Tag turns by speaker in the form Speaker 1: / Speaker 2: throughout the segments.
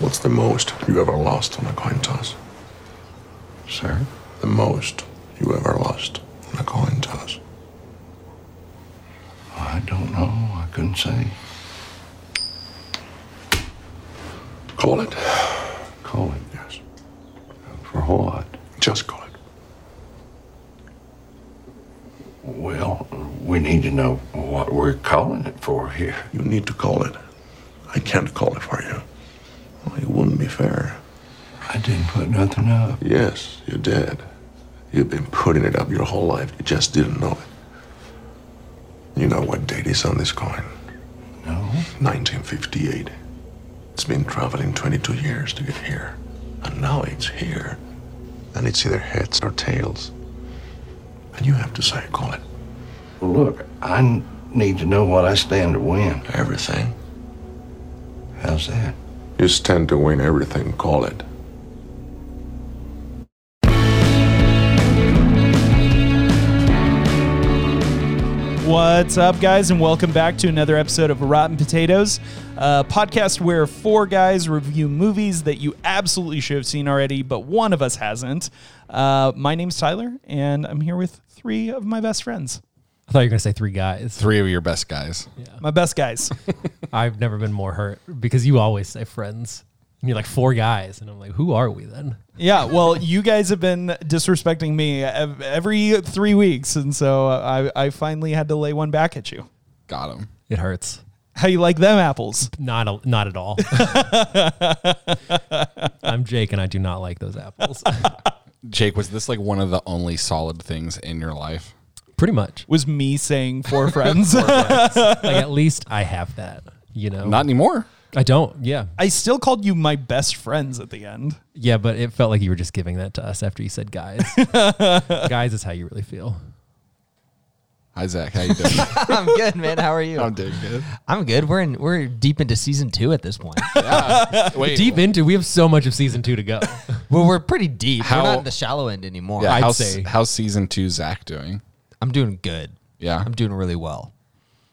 Speaker 1: What's the most you ever lost on a coin toss?
Speaker 2: Sir?
Speaker 1: The most you ever lost on a coin toss?
Speaker 2: I don't know. I couldn't say.
Speaker 1: Call it?
Speaker 2: Call it.
Speaker 1: Yes.
Speaker 2: For what?
Speaker 1: Just call it.
Speaker 2: Well, we need to know what we're calling it for here.
Speaker 1: You need to call it. I can't call it for you. Well, it wouldn't be fair.
Speaker 2: I didn't put nothing up.
Speaker 1: Yes, you did. You've been putting it up your whole life. You just didn't know it. You know what date is on this coin?
Speaker 2: No?
Speaker 1: 1958. It's been traveling 22 years to get here. And now it's here. And it's either heads or tails. And you have to say, call it
Speaker 2: Well, look, I n- need to know what I stand to win.
Speaker 1: everything.
Speaker 2: How's that?
Speaker 1: You stand to win everything, call it.
Speaker 3: What's up, guys, and welcome back to another episode of Rotten Potatoes, a podcast where four guys review movies that you absolutely should have seen already, but one of us hasn't. Uh, my name's Tyler, and I'm here with three of my best friends,
Speaker 4: I thought you were gonna say three guys.
Speaker 5: three of your best guys.
Speaker 3: my best guys.
Speaker 4: I've never been more hurt because you always say friends. And you're like four guys, and I'm like, who are we then?
Speaker 3: yeah, well, you guys have been disrespecting me ev- every three weeks, and so I, I finally had to lay one back at you.
Speaker 5: Got him.
Speaker 4: It hurts.
Speaker 3: How you like them apples?
Speaker 4: Not a, not at all. I'm Jake, and I do not like those apples.
Speaker 5: Jake, was this like one of the only solid things in your life?
Speaker 4: Pretty much.
Speaker 3: Was me saying four friends.
Speaker 4: Like at least I have that. You know.
Speaker 5: Not anymore.
Speaker 4: I don't. Yeah.
Speaker 3: I still called you my best friends at the end.
Speaker 4: Yeah, but it felt like you were just giving that to us after you said guys. guys is how you really feel.
Speaker 5: Hi Zach, how you doing?
Speaker 6: I'm good, man. How are you?
Speaker 5: I'm doing good.
Speaker 6: I'm good. We're in. We're deep into season two at this point.
Speaker 5: Wait,
Speaker 4: Deep into, we have so much of season two to go.
Speaker 6: well, we're pretty deep. we're
Speaker 5: How-
Speaker 6: not in the shallow end anymore.
Speaker 5: yeah,
Speaker 4: I'd
Speaker 5: how's,
Speaker 4: say-
Speaker 5: how's season two Zach doing?
Speaker 6: I'm doing good.
Speaker 5: Yeah.
Speaker 6: I'm doing really well.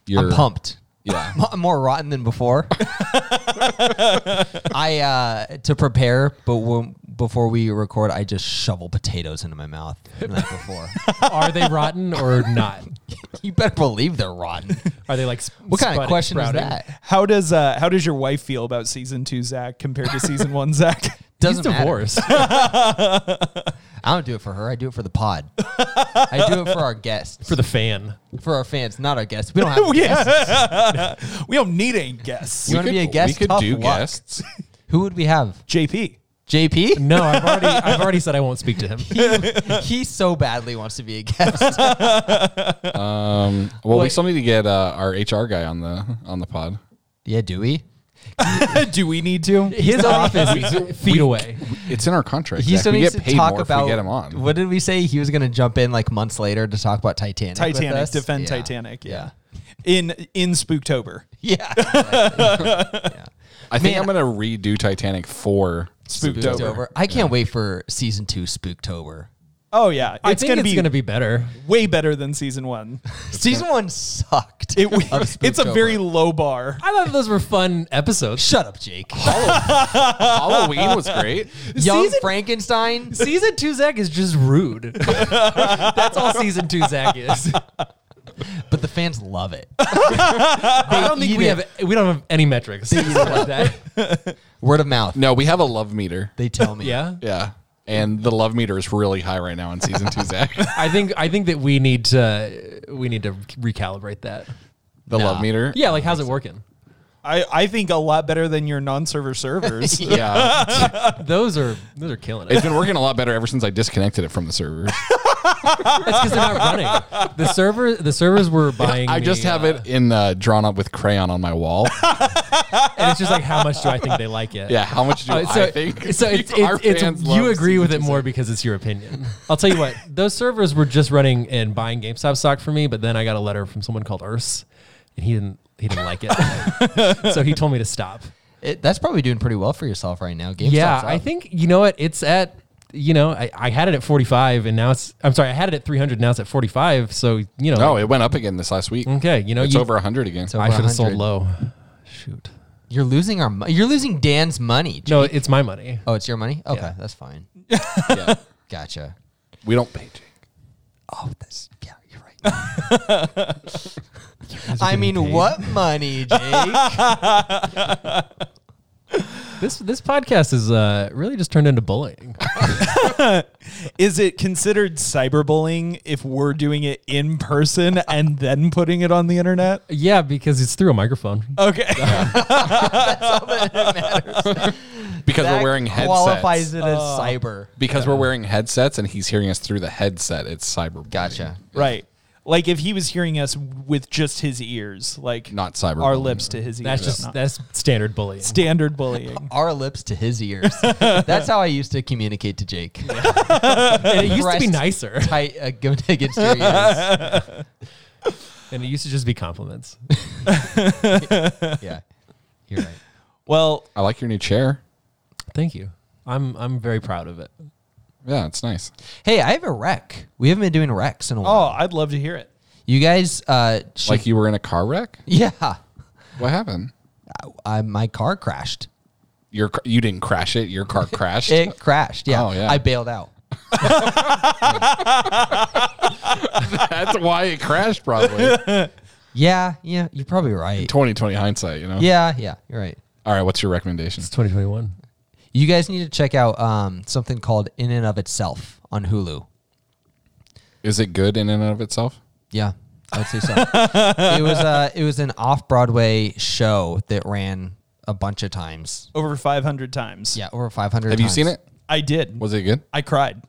Speaker 5: You're
Speaker 6: I'm pumped.
Speaker 5: Yeah.
Speaker 6: I'm more rotten than before. I uh, to prepare, but when, before we record, I just shovel potatoes into my mouth the night before.
Speaker 4: Are they rotten or not?
Speaker 6: you better believe they're rotten.
Speaker 4: Are they like sp-
Speaker 6: What kind
Speaker 4: sprouting-
Speaker 6: of question
Speaker 4: sprouting?
Speaker 6: is that?
Speaker 3: How does uh, how does your wife feel about season two, Zach, compared to season one, Zach?
Speaker 6: Doesn't
Speaker 4: He's
Speaker 6: matter.
Speaker 4: divorced.
Speaker 6: I don't do it for her. I do it for the pod. I do it for our guests,
Speaker 4: for
Speaker 6: for,
Speaker 4: the fan.
Speaker 6: our fans, not our guests. We don't have guests.
Speaker 3: we don't need any guests.
Speaker 6: You wanna be a guest?
Speaker 5: We could
Speaker 6: Tough
Speaker 5: do
Speaker 6: luck.
Speaker 5: guests.
Speaker 6: Who would we have?
Speaker 3: JP.
Speaker 6: JP.
Speaker 4: No, I've already I've already said I won't speak to him.
Speaker 6: he so badly wants to be a guest.
Speaker 5: Well, we
Speaker 4: Wait.
Speaker 5: still need to get uh, our HR guy on the on the pod.
Speaker 6: yeah, do we?
Speaker 3: Do we need to?
Speaker 4: His office is feet away.
Speaker 5: It's in our contract.
Speaker 6: He
Speaker 5: Zach.
Speaker 6: still
Speaker 5: We
Speaker 6: needs
Speaker 5: get
Speaker 6: to
Speaker 5: paid
Speaker 6: talk
Speaker 5: more
Speaker 6: about.
Speaker 5: if we get him on.
Speaker 6: What did we say? He was going to jump in like months later to talk about Titanic. with
Speaker 3: Titanic,
Speaker 6: us?
Speaker 3: defend
Speaker 6: Yeah.
Speaker 3: Titanic. Yeah. In in Spooktober.
Speaker 6: Yeah. exactly. yeah.
Speaker 5: I think
Speaker 6: Man,
Speaker 5: I'm gonna redo Titanic for
Speaker 3: Spooked
Speaker 6: It's over. I can't wait for season two, Spooktober.
Speaker 3: Oh yeah.
Speaker 4: I
Speaker 3: It's
Speaker 4: think
Speaker 3: gonna
Speaker 4: it's
Speaker 3: be
Speaker 4: gonna be better.
Speaker 3: way better than season one.
Speaker 6: Season one sucked.
Speaker 3: It
Speaker 6: Of
Speaker 3: it's a
Speaker 6: Spooktober.
Speaker 3: very low bar.
Speaker 4: I thought those were fun episodes.
Speaker 6: Shut up, Jake.
Speaker 5: Halloween was great.
Speaker 6: Young
Speaker 4: Season-
Speaker 6: Frankenstein.
Speaker 4: Season two Zach is just rude. That's all season two Zach is.
Speaker 6: But the fans love it.
Speaker 4: I don't think
Speaker 6: eat
Speaker 4: we
Speaker 6: it.
Speaker 4: have we don't have any metrics like that.
Speaker 6: Word of mouth.
Speaker 5: No, we have a love meter.
Speaker 6: They tell me.
Speaker 4: Yeah.
Speaker 5: Yeah. And the love meter is really high right now in season two, Zach.
Speaker 4: I think I think that we need to we need to recalibrate that.
Speaker 5: The
Speaker 6: Nah.
Speaker 5: love meter.
Speaker 4: Yeah, like how's it working?
Speaker 3: I, I think a lot better than your non-server servers.
Speaker 5: Yeah.
Speaker 4: Those are those are killing it.
Speaker 5: It's been working a lot better ever since I disconnected it from the server.
Speaker 4: It's because they're not running. The server the servers were buying.
Speaker 5: I just
Speaker 4: me,
Speaker 5: have
Speaker 4: uh,
Speaker 5: it in uh, drawn up with crayon on my wall.
Speaker 4: and it's just like how much do I think they like it?
Speaker 5: yeah, how much do
Speaker 4: Uh, so,
Speaker 5: I think?
Speaker 4: so it's,
Speaker 5: our
Speaker 4: it's, it's,
Speaker 5: fans
Speaker 4: you
Speaker 5: love
Speaker 4: agree with it
Speaker 5: season
Speaker 4: more because it's your opinion. I'll tell you what, those servers were just running and buying GameStop stock for me, but then I got a letter from someone called Urs, and he didn't he didn't like it, so he told me to stop.
Speaker 6: It, that's probably doing pretty well for yourself right now. GameStop's
Speaker 4: yeah,
Speaker 6: up.
Speaker 4: I think you know what it's at. You know, I, I had it at 45 and now it's, I'm sorry, I had it at 300, now it's at 45. So, you know,
Speaker 5: two. No, it went up again this last week.
Speaker 4: okay, you know,
Speaker 5: it's
Speaker 4: you,
Speaker 5: over over hundred again.
Speaker 6: over
Speaker 4: I should have sold
Speaker 6: 100.
Speaker 4: low. Shoot.
Speaker 6: You're losing our. Mo- you're losing Dan's money.
Speaker 4: No, it's my money.
Speaker 6: Oh, it's your money. Okay,
Speaker 4: Yeah.
Speaker 6: that's fine.
Speaker 5: Yeah.
Speaker 6: Gotcha.
Speaker 5: We don't pay Jake.
Speaker 6: Oh, that's yeah. You're right. I mean, what money, Jake?
Speaker 4: This this podcast is uh, really just turned into bullying.
Speaker 3: Is it considered cyberbullying if we're doing it in person and then putting it on the internet?
Speaker 4: yeah, because it's through a microphone.
Speaker 3: Okay.
Speaker 5: Because
Speaker 6: That
Speaker 5: we're wearing headsets.
Speaker 6: Qualifies it as cyber.
Speaker 5: Because we're wearing headsets and he's hearing us through the headset, it's cyber.
Speaker 6: Gotcha.
Speaker 3: right. Like if he was hearing us with just his ears, like
Speaker 5: Not cyberbullying.
Speaker 3: our lips to his ears.
Speaker 4: That's just
Speaker 3: not
Speaker 4: that's standard bullying.
Speaker 3: standard bullying.
Speaker 6: Our lips to his ears. that's how I used to communicate to Jake.
Speaker 4: and it used to be
Speaker 6: Pressed
Speaker 4: nicer.
Speaker 6: Tight uh, going against your ears.
Speaker 4: And it used to just be compliments.
Speaker 6: Yeah, you're right.
Speaker 3: Well,
Speaker 5: I like your new chair.
Speaker 4: Thank you. I'm I'm very proud of it.
Speaker 5: Yeah, it's nice.
Speaker 6: Hey, I have a rec. We haven't been doing recs in a while.
Speaker 3: oh, I'd love to hear it.
Speaker 6: You guys, uh, should-
Speaker 5: Like you were in a car wreck.
Speaker 6: yeah,
Speaker 5: What happened?
Speaker 6: I, my car crashed.
Speaker 5: Your ca- you didn't crash it. Your car crashed.
Speaker 6: It crashed. Yeah.
Speaker 5: Oh, yeah.
Speaker 6: I bailed out.
Speaker 5: That's why it crashed. Probably
Speaker 6: Yeah, yeah, you're probably right.
Speaker 5: twenty twenty hindsight. You know.
Speaker 6: Yeah, yeah, you're right.
Speaker 5: All right. What's your recommendation?
Speaker 4: It's 2021.
Speaker 6: You guys need to check out um, something called In and of Itself on Hulu.
Speaker 5: Is it good in and of itself?
Speaker 6: Yeah, I would say so. it was uh, it was an off Broadway show that ran a bunch of times.
Speaker 3: Over 500 times.
Speaker 6: Yeah, over 500.
Speaker 5: Have you seen
Speaker 6: times.
Speaker 5: it?
Speaker 3: I did.
Speaker 5: Was it good?
Speaker 3: I cried.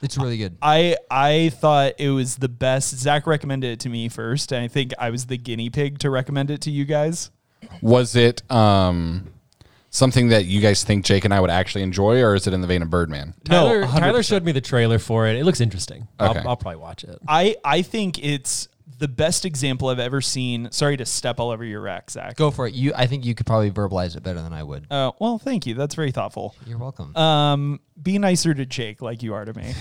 Speaker 6: It's really good.
Speaker 3: I I thought it was the best. Zach recommended it to me first, and I think I was the guinea pig to recommend it to you guys.
Speaker 5: Was it um something that you guys think Jake and I would actually enjoy, or is it in the vein of Birdman?
Speaker 3: No,
Speaker 4: Tyler,
Speaker 3: 100%.
Speaker 4: Tyler showed me the trailer for it. It looks interesting.
Speaker 5: Okay.
Speaker 4: I'll, I'll probably watch it.
Speaker 3: I I think it's the best example I've ever seen. Sorry to step all over your rack, Zach.
Speaker 6: Go for it. You, I think you could probably verbalize it better than I would.
Speaker 3: Uh, well, thank you. That's very thoughtful.
Speaker 6: You're welcome.
Speaker 5: Uh,
Speaker 3: Um, be nicer to Jake like you are to me.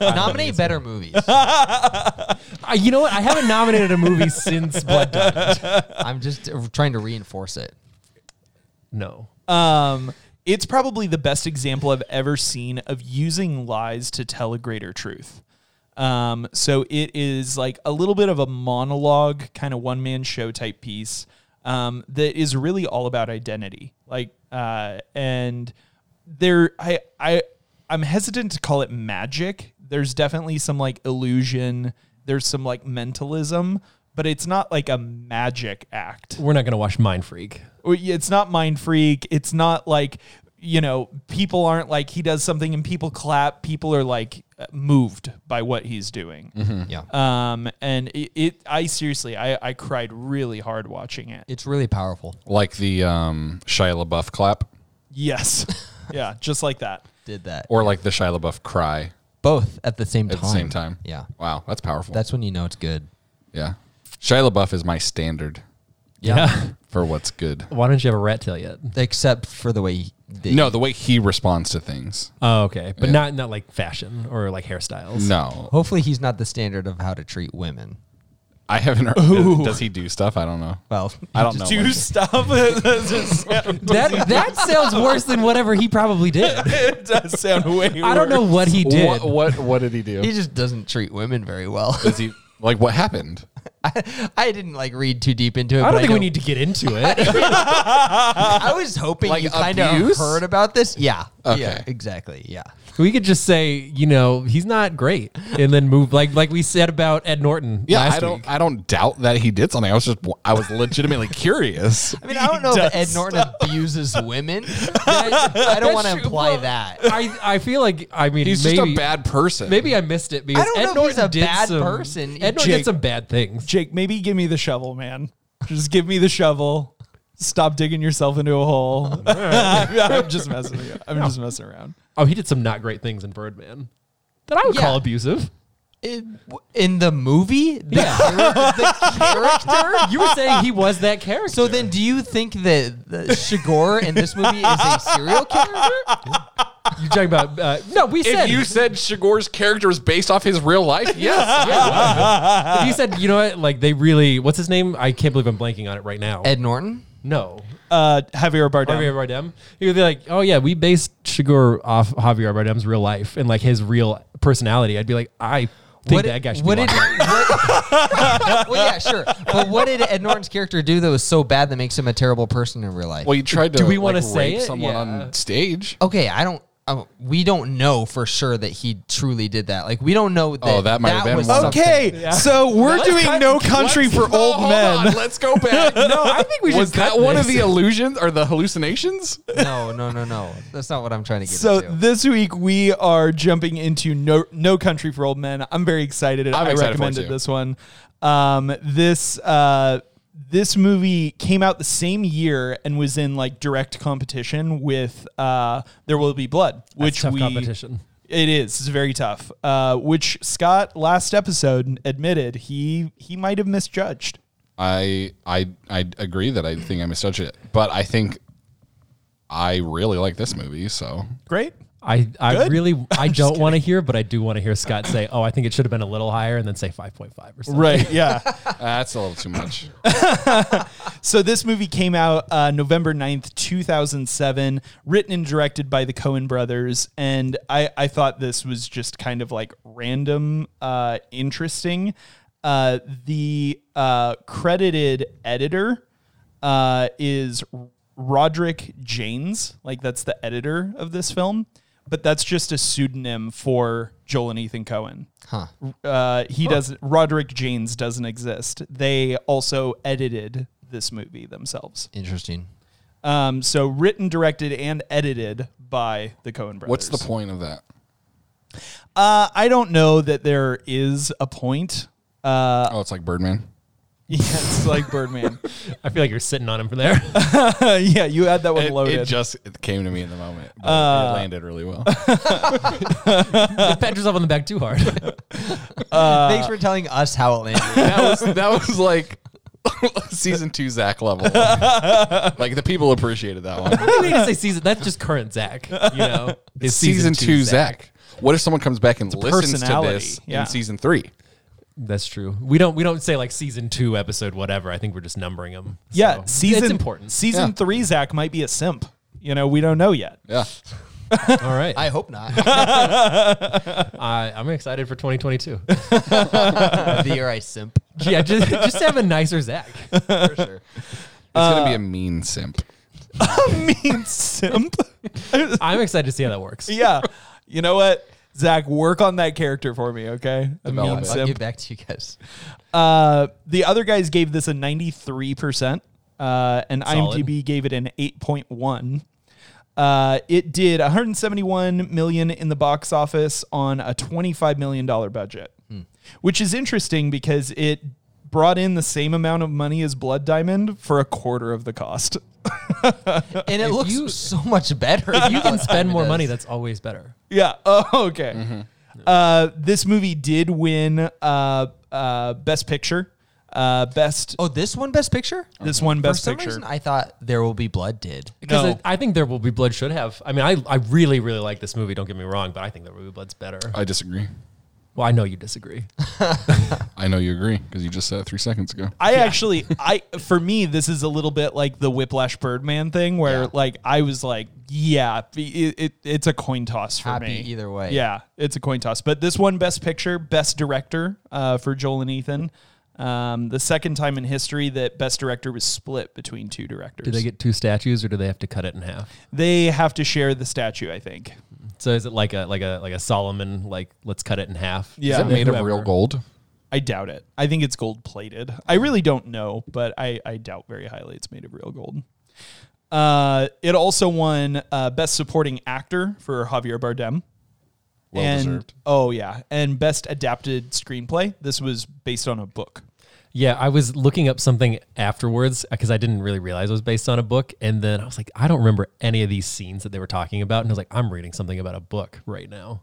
Speaker 6: Nominate better movies.
Speaker 4: Uh, you know what? I haven't nominated a movie since Blood Diamond.
Speaker 6: I'm just uh, trying to reinforce it.
Speaker 4: No.
Speaker 3: Um, it's probably the best example I've ever seen of using lies to tell a greater truth. Um, so it is like a little bit of a monologue, kind of one man show type piece um, that is really all about identity. Like, uh, and there, I, I, I'm hesitant to call it magic. There's definitely some like illusion. There's some like mentalism, but it's not like a magic act.
Speaker 4: We're not going to watch Mind Freak.
Speaker 3: Or, yeah, it's not mind freak it's not like you know people aren't like he does something and people clap people are like moved by what he's doing
Speaker 4: Mm-hmm.
Speaker 5: Mm-hmm.
Speaker 6: Yeah.
Speaker 3: um and it, it i seriously i i cried really hard watching it
Speaker 6: It's really powerful.
Speaker 5: Like the um, Shia LaBeouf clap,
Speaker 3: yes yeah just like that
Speaker 6: Did that.
Speaker 5: or like the Shia LaBeouf cry
Speaker 6: Both at the same
Speaker 5: at
Speaker 6: time.
Speaker 5: the same time?
Speaker 6: Yeah.
Speaker 5: Wow, that's powerful.
Speaker 6: That's when you know it's good.
Speaker 5: yeah. Shia LaBeouf is my standard
Speaker 4: Yeah.
Speaker 5: for what's good.
Speaker 4: Why don't you have a rat tail yet?
Speaker 6: Except for the way he- the,
Speaker 5: No, the way he responds to things.
Speaker 4: Oh, okay. But not not like fashion or like hairstyles.
Speaker 5: No,
Speaker 6: Hopefully he's not the standard of how to treat women.
Speaker 5: I haven't. Heard, does, does he do stuff? I don't know.
Speaker 6: Well,
Speaker 5: I don't know.
Speaker 3: do
Speaker 5: what-
Speaker 3: stuff That just sound-
Speaker 4: That that sounds worse than whatever he probably did.
Speaker 3: it does sound way
Speaker 4: I don't know
Speaker 3: worse.
Speaker 4: what he did.
Speaker 5: What, what what did he do?
Speaker 6: he just doesn't treat women very well.
Speaker 5: Is he like what happened?
Speaker 6: I didn't like read too deep into it.
Speaker 4: I
Speaker 6: but
Speaker 4: don't think
Speaker 6: know-
Speaker 4: we need to get into it.
Speaker 6: I was hoping
Speaker 5: Like
Speaker 6: you kind of
Speaker 5: abuse?
Speaker 6: heard about this. Yeah. Yeah.
Speaker 5: Okay.
Speaker 6: Exactly. Yeah.
Speaker 4: we could just say, you know, he's not great, and then move like like we said about Ed Norton.
Speaker 5: Yeah,
Speaker 4: last
Speaker 5: I don't.
Speaker 4: Week.
Speaker 5: I don't doubt that he did something. I was just. I was legitimately curious.
Speaker 6: I mean, I don't know if Ed Norton abuses women. but I, I don't want to
Speaker 4: true.
Speaker 6: imply
Speaker 4: Well,
Speaker 6: that.
Speaker 4: I I feel like I mean
Speaker 5: He's
Speaker 4: maybe,
Speaker 5: just a bad person.
Speaker 4: Maybe I missed it because
Speaker 6: I don't
Speaker 4: Ed
Speaker 6: know if
Speaker 4: Norton
Speaker 6: he's a
Speaker 4: did
Speaker 6: bad
Speaker 4: some,
Speaker 6: person.
Speaker 4: Ed Norton
Speaker 3: Jake-
Speaker 4: did some bad things.
Speaker 3: jake maybe give me the shovel man just give me the shovel Stop digging yourself into a hole. I'm just messing. with you. I'm just messing around.
Speaker 4: Oh, he did some not great things in Birdman that I would
Speaker 6: Yeah.
Speaker 4: call abusive.
Speaker 6: In, in the movie, the
Speaker 4: Yeah.
Speaker 6: character-
Speaker 4: you were saying he was that character.
Speaker 6: So then, do you think that the Shigor in this movie is a serial killer?
Speaker 4: You talking about? Uh, no, we
Speaker 5: If
Speaker 4: said
Speaker 5: you said Shagor's character was based off his real life, yes.
Speaker 4: if you said, you know what? Like they really, what's his name? I can't believe I'm blanking on it right now.
Speaker 6: Ed Norton.
Speaker 4: no,
Speaker 3: Uh, Javier Bardem.
Speaker 4: Javier Bardem. You'd be like, oh yeah, we based Shigur off Javier Bardem's real life and like his real personality. I'd be like, I think that guy should
Speaker 6: what
Speaker 4: be.
Speaker 6: did,
Speaker 4: locked up.
Speaker 6: what- well, yeah, sure. But what did Ed Norton's character do that was so bad that makes him a terrible person in real life?
Speaker 5: Well, you tried to.
Speaker 4: Do we
Speaker 5: like,
Speaker 4: wanna say
Speaker 5: rape
Speaker 4: it?
Speaker 5: someone
Speaker 4: Yeah.
Speaker 5: on stage?
Speaker 6: okay, I don't. I, we don't know for sure that he truly did that. Like we don't know that.
Speaker 5: Oh, that might have been
Speaker 6: was
Speaker 5: one.
Speaker 6: something.
Speaker 3: Okay, so we're doing No Country
Speaker 5: Let's-
Speaker 3: for
Speaker 5: no,
Speaker 3: Old
Speaker 5: Oh, hold
Speaker 3: Men.
Speaker 5: on, let's go back. no, I think
Speaker 4: we should
Speaker 5: Was that
Speaker 4: cut
Speaker 5: one of
Speaker 4: this.
Speaker 5: the illusions or the hallucinations?
Speaker 6: No, no, no, no. That's not what I'm trying to get.
Speaker 3: So
Speaker 6: into.
Speaker 3: this week we are jumping into no no country for old men. I'm very excited. i
Speaker 5: excited for it
Speaker 3: recommended
Speaker 5: too.
Speaker 3: this one. Um, this uh, this movie came out the same year and was in like direct competition with uh, There Will Be Blood, which
Speaker 4: tough
Speaker 3: we
Speaker 4: competition.
Speaker 3: It is. It's very tough. Uh, which Scott last episode admitted he he might have misjudged.
Speaker 5: I I I agree that I think I misjudged it, but I think I really like this movie. So
Speaker 3: Great.
Speaker 4: I, I
Speaker 3: Good.
Speaker 4: really I don't want to hear, but I do want to hear Scott say, "Oh, I think it should have been a little higher," and then say five point five or something.
Speaker 3: Right. Yeah.
Speaker 5: that's a little too much.
Speaker 3: So this movie came out uh, November 9th, 2007, written and directed by the Coen brothers. And I, I thought this was just kind of like random, uh, interesting. Uh, the uh, credited editor uh, is Roderick Janes. Like that's the editor of this film. But that's just a pseudonym for Joel and Ethan Cohen uh, he does Roderick Janes doesn't exist. They also edited this movie themselves.
Speaker 6: Interesting.
Speaker 3: Um, so written, directed, and edited by the Coen brothers.
Speaker 5: What's the point of that?
Speaker 3: Uh, I don't know that there is a point.
Speaker 5: oh, it's like Birdman.
Speaker 3: Yeah, it's like Birdman. Uh,
Speaker 4: I feel like you're sitting on him for there.
Speaker 3: yeah, you had that one
Speaker 5: It,
Speaker 3: loaded.
Speaker 5: it just it came to me in the moment. But
Speaker 3: Uh,
Speaker 5: it landed really well.
Speaker 4: Pat yourself on the back too hard. Uh,
Speaker 6: Thanks for telling us how it landed.
Speaker 5: that was that was like season two Zach level. like the people appreciated that one.
Speaker 4: you need to say season. That's just current Zach. You know,
Speaker 5: It's season, two Zach. What if someone comes back and listens to
Speaker 3: personality,
Speaker 5: this
Speaker 3: yeah.
Speaker 5: in season three?
Speaker 4: That's true. We don't we don't say like season two episode whatever. I think we're just numbering them.
Speaker 3: yeah,
Speaker 4: So,
Speaker 3: season
Speaker 4: It's important.
Speaker 3: Season
Speaker 5: Yeah.
Speaker 3: three, Zach might be a simp. You know, we don't know yet.
Speaker 5: Yeah.
Speaker 4: All right,
Speaker 6: I hope not. the
Speaker 4: I, I'm excited for 2022.
Speaker 6: year I simp.
Speaker 4: yeah, just just have a nicer Zach.
Speaker 6: For
Speaker 5: It's
Speaker 6: sure.
Speaker 5: gonna
Speaker 3: Uh,
Speaker 5: be a mean simp.
Speaker 3: mean simp.
Speaker 4: I'm excited to see how that works.
Speaker 3: yeah, you know what, Zach, work on that character for me, okay? A
Speaker 5: Develop
Speaker 3: mean
Speaker 5: it.
Speaker 6: I'll
Speaker 3: simp.
Speaker 6: get back to you guys.
Speaker 3: Uh, the other guys gave this a 93%, uh, and
Speaker 4: Solid.
Speaker 3: IMDb gave it an 8.1. Uh, it did 171 million in the box office on a 25 million dollar budget, which is interesting because it brought in the same amount of money as Blood Diamond for a quarter of the cost.
Speaker 6: And it looks
Speaker 4: you-
Speaker 6: so much better.
Speaker 4: You can spend more money.
Speaker 6: than
Speaker 4: That's always better.
Speaker 3: Yeah. Oh, okay.
Speaker 6: Mm-hmm.
Speaker 3: Uh, this movie did win uh, uh, best picture, uh, best
Speaker 6: oh, this one best picture.
Speaker 3: this one best
Speaker 6: For some
Speaker 3: picture.
Speaker 6: reason, I thought There Will Be Blood did.
Speaker 4: Because
Speaker 3: No.
Speaker 4: it- I think There Will Be Blood should have. I mean, I, I really, really like this movie. Don't get me wrong, but I think There Will Be Blood's better.
Speaker 5: I disagree.
Speaker 4: well, I know you disagree.
Speaker 5: I know you agree because you just said it three seconds ago.
Speaker 3: I actually, I for me, this is a little bit like the Whiplash Birdman thing, where like I was like, yeah, it, it, it's a coin toss for
Speaker 6: Happy
Speaker 3: me.
Speaker 6: either way.
Speaker 3: Yeah, it's a coin toss. But this one, Best Picture, Best Director uh, for Joel and Ethan. Um, the second time in history that Best Director was split between two directors.
Speaker 4: Do they get two statues, or do they have to cut it in half?
Speaker 3: They have to share the statue, I think.
Speaker 4: So is it like a like a like a Solomon like let's cut it in half?
Speaker 3: Yeah.
Speaker 5: Is it made of
Speaker 4: Whoever.
Speaker 5: real gold?
Speaker 3: I doubt it. I think it's gold plated. I really don't know, but I, I doubt very highly it's made of real gold. Uh, it also won uh, Best Supporting Actor for Javier Bardem.
Speaker 5: Well
Speaker 3: and,
Speaker 5: deserved.
Speaker 3: Oh, yeah. And Best Adapted Screenplay. This was based on a book.
Speaker 4: Yeah, I was looking up something afterwards because I didn't really realize it was based on a book, and then I was like, I don't remember any of these scenes that they were talking about, and I was like, I'm reading something about a book right now.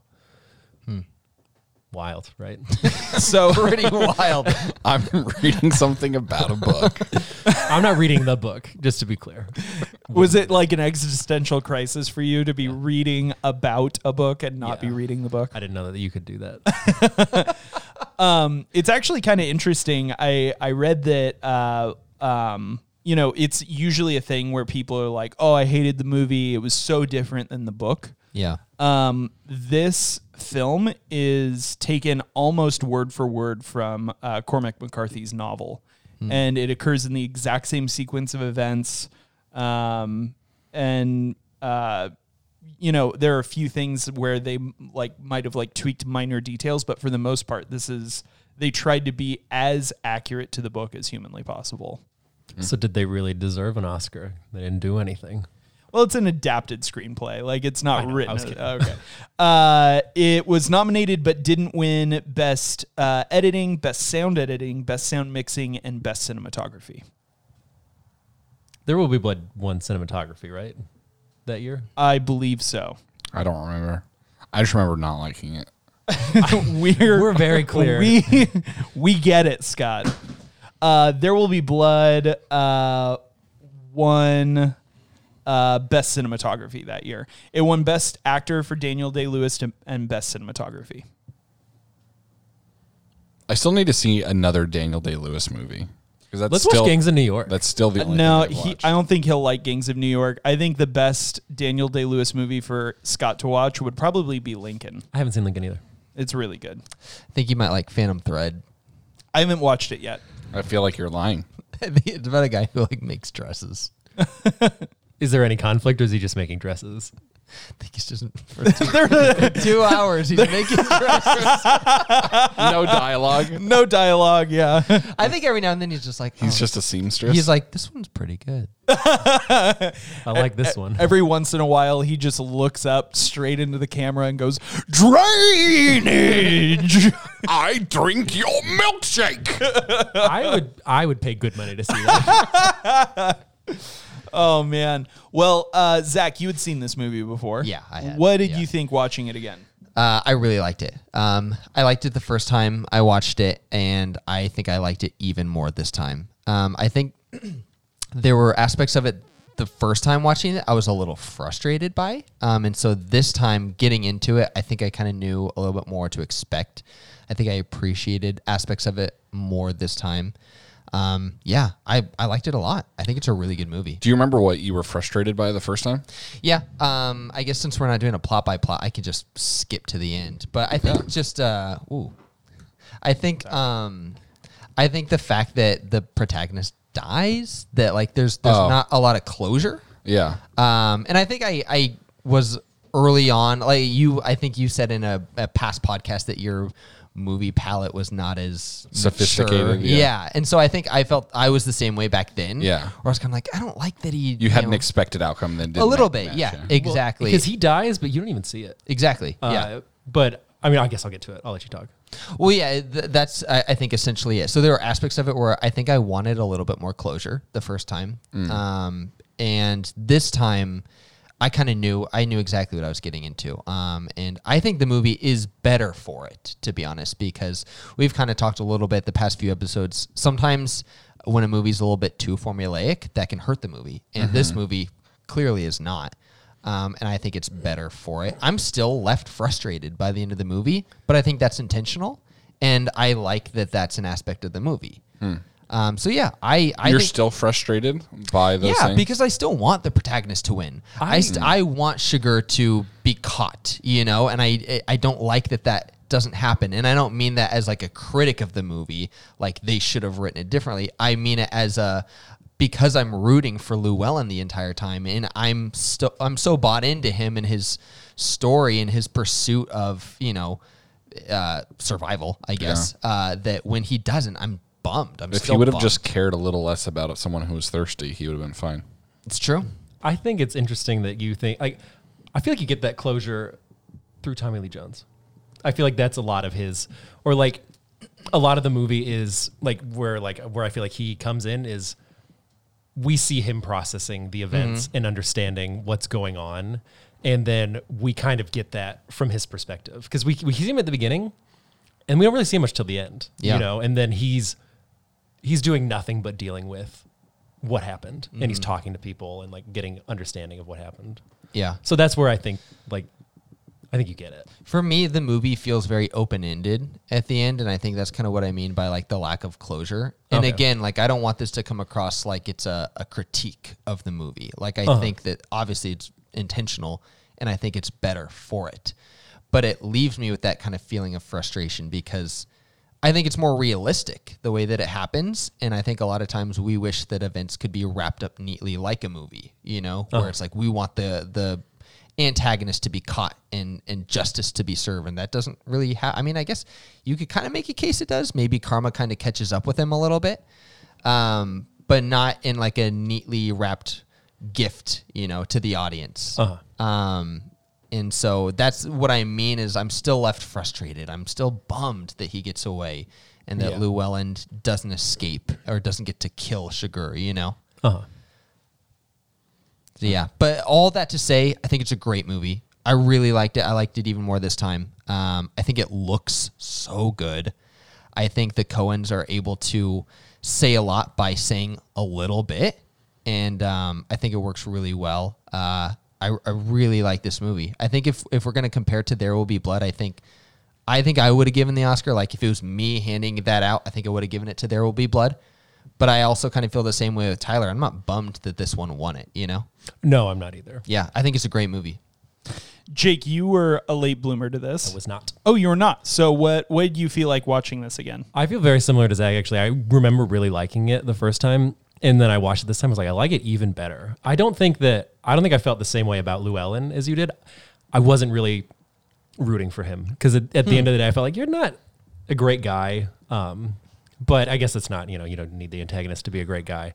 Speaker 4: Wild, right?
Speaker 3: So,
Speaker 6: Pretty wild.
Speaker 5: I'm reading something about a book.
Speaker 4: I'm not reading the book, just to be clear.
Speaker 3: Was it like an existential crisis for you to be reading about a book and not be
Speaker 4: Yeah.
Speaker 3: reading the book?
Speaker 4: I didn't know that you could do that.
Speaker 3: it's actually kind of interesting. I I read that uh um you know it's usually a thing where people are like, oh, I hated the movie. It was so different than the book.
Speaker 6: Yeah.
Speaker 3: Um, this film is taken almost word for word from uh, Cormac McCarthy's novel, and it occurs in the exact same sequence of events. Um, and uh, you know, there are a few things where they like might have like tweaked minor details, but for the most part, this is they tried to be as accurate to the book as humanly possible.
Speaker 4: so did they really deserve an Oscar? They didn't do anything.
Speaker 3: Well, it's an adapted screenplay. Like it's not written. okay. Uh, it was nominated but didn't win best uh, editing, best sound editing, best sound mixing, and best cinematography.
Speaker 4: There will be blood one cinematography, right? That year?
Speaker 3: I believe so.
Speaker 5: I don't remember. I just remember not liking it.
Speaker 3: We're
Speaker 4: We're very clear.
Speaker 3: We we get it, Scott. Uh, there will be blood. Uh, won uh, best cinematography that year. It won best actor for Daniel Day Lewis and best cinematography.
Speaker 5: I still need to see another Daniel Day Lewis movie because that's
Speaker 4: Let's
Speaker 5: still
Speaker 4: watch Gangs of New York.
Speaker 5: that's still the only
Speaker 3: Uh, No,
Speaker 5: thing I've
Speaker 3: he,
Speaker 5: watched.
Speaker 3: I don't think he'll like Gangs of New York. I think the best Daniel Day Lewis movie for Scott to watch would probably be Lincoln.
Speaker 4: I haven't seen Lincoln either.
Speaker 3: It's really good.
Speaker 6: I think you might like Phantom Thread.
Speaker 3: I haven't watched it yet.
Speaker 5: I feel like you're lying.
Speaker 6: I think it's about a guy who like makes dresses.
Speaker 4: Is there any conflict or is he just making dresses?
Speaker 6: I think he's just for two, two hours he's making dresses.
Speaker 5: no dialogue.
Speaker 3: No dialogue, yeah.
Speaker 6: I think every now and then he's just like
Speaker 5: He's
Speaker 6: oh.
Speaker 5: just a seamstress.
Speaker 6: he's like this one's pretty good.
Speaker 4: I like this one.
Speaker 3: Every once in a while, he just looks up straight into the camera and goes, Drainage!
Speaker 5: I drink your milkshake.
Speaker 4: I would I would pay good money to see that.
Speaker 3: oh, man. Well, uh, Zach, you had seen this movie before.
Speaker 6: Yeah, I had,
Speaker 3: What did
Speaker 6: yeah.
Speaker 3: you think watching it again?
Speaker 6: Uh, I really liked it. Um, I liked it the first time I watched it, and I think I liked it even more this time. Um, I think there were aspects of it the first time watching it I was a little frustrated by, um, and so this time getting into it, I think I kind of knew a little bit more to expect. I think I appreciated aspects of it more this time. Um, yeah, I, I liked it a lot. I think it's a really good movie.
Speaker 5: Do you remember what you were frustrated by the first time?
Speaker 6: Yeah, um, I guess since we're not doing a plot by plot, I could just skip to the end. But I think just uh, ooh, I think um, I think the fact that the protagonist dies, that like there's there's
Speaker 5: Oh.
Speaker 6: not a lot of closure.
Speaker 5: Yeah.
Speaker 6: Um, and I think I I was early on like you. I think you said in a, a past podcast that your movie palette was not as mature.
Speaker 5: Sophisticated, yeah.
Speaker 6: Yeah. and so I think I felt I was the same way back then.
Speaker 5: Yeah.
Speaker 6: where I was kind of like I don't like that he
Speaker 5: You had an
Speaker 6: know,
Speaker 5: expected outcome then. Didn't
Speaker 6: a little
Speaker 5: it?
Speaker 6: bit. Yeah, exactly.
Speaker 4: Because he dies, but you don't even see it.
Speaker 6: Exactly.
Speaker 4: Uh, But I mean, I guess I'll get to it. I'll let you talk.
Speaker 6: yeah. Well, yeah. Th- that's I, I think essentially it. So there are aspects of it where I think I wanted a little bit more closure the first time,
Speaker 4: Mm.
Speaker 6: um, and this time I kind of knew I knew exactly what I was getting into. Um, and I think the movie is better for it, to be honest, because we've kind of talked a little bit the past few episodes. Sometimes when a movie's a little bit too formulaic, that can hurt the movie, and this
Speaker 4: Mm-hmm.
Speaker 6: movie clearly is not. um, and I think it's better for it. I'm still left frustrated by the end of the movie, but I think that's intentional, and I like that that's an aspect of the movie. Um, so yeah, I, I
Speaker 5: You're
Speaker 6: think-
Speaker 5: still frustrated by those
Speaker 6: yeah
Speaker 5: things?
Speaker 6: because I still want the protagonist to win. I st- I want Sugar to be caught, you know, and I I don't like that that doesn't happen, and I don't mean that as like a critic of the movie, like they should have written it differently. I mean it as a because I'm rooting for Llewellyn the entire time, and I'm st- I'm so bought into him and his story and his pursuit of you know uh, survival, I guess. Uh, that when he doesn't, I'm bummed. I'm
Speaker 5: if
Speaker 6: still
Speaker 5: he would have
Speaker 6: bummed.
Speaker 5: just cared a little less about someone who was thirsty, he would have been fine.
Speaker 6: it's true.
Speaker 4: I think it's interesting that you think like I feel like you get that closure through Tommy Lee Jones. I feel like that's a lot of his or like a lot of the movie is like where like where I feel like he comes in is we see him processing the events and understanding what's going on and then we kind of get that from his perspective because we we see him at the beginning and we don't really see him much till the end
Speaker 6: Yeah.
Speaker 4: you know and then he's he's doing nothing but dealing with what happened, and he's talking to people and like getting understanding of what happened.
Speaker 6: Yeah.
Speaker 4: So that's where I think like I think you get it.
Speaker 6: For me, the movie feels very open ended at the end, and I think that's kind of what I mean by like the lack of closure. And
Speaker 4: Okay.
Speaker 6: again, like I don't want this to come across like it's a, a critique of the movie. Like I think that obviously it's intentional, and I think it's better for it. But it leaves me with that kind of feeling of frustration because I think it's more realistic the way that it happens. And I think a lot of times we wish that events could be wrapped up neatly like a movie, you know, where it's like we want the the antagonist to be caught and and justice to be served. And that doesn't really have I mean, I guess you could kind of make a case it does. Maybe karma kind of catches up with him a little bit. Um, but not in like a neatly wrapped gift, you know, to the audience. Um, and so that's what I mean is I'm still left frustrated. I'm still bummed that he gets away and that Llewellyn doesn't escape or doesn't get to kill Shigur, you know?
Speaker 4: Uh-huh.
Speaker 6: So, yeah. But all that to say, I think it's a great movie. I really liked it. I liked it even more this time. Um, I think it looks so good. I think the Coens are able to say a lot by saying a little bit. And um, I think it works really well. Uh, I, I really like this movie. I think if, if we're going to compare it to There Will Be Blood, I think I think I would have given the Oscar. Like if it was me handing that out, I think I would have given it to There Will Be Blood. But I also kind of feel the same way with Tyler. I'm not bummed that this one won it. You know?
Speaker 4: No, I'm not either.
Speaker 6: Yeah, I think it's a great movie.
Speaker 3: Jake, you were a late bloomer to this.
Speaker 4: I was not.
Speaker 3: Oh, you were not. So what? What did you feel like watching this again?
Speaker 4: I feel very similar to Zach actually. I remember really liking it the first time and then I watched it this time I was like I like it even better. I don't think that I don't think I felt the same way about Llewellyn as you did. I wasn't really rooting for him cuz at, at the end of the day I felt like you're not a great guy um but I guess it's not, you know, you don't need the antagonist to be a great guy.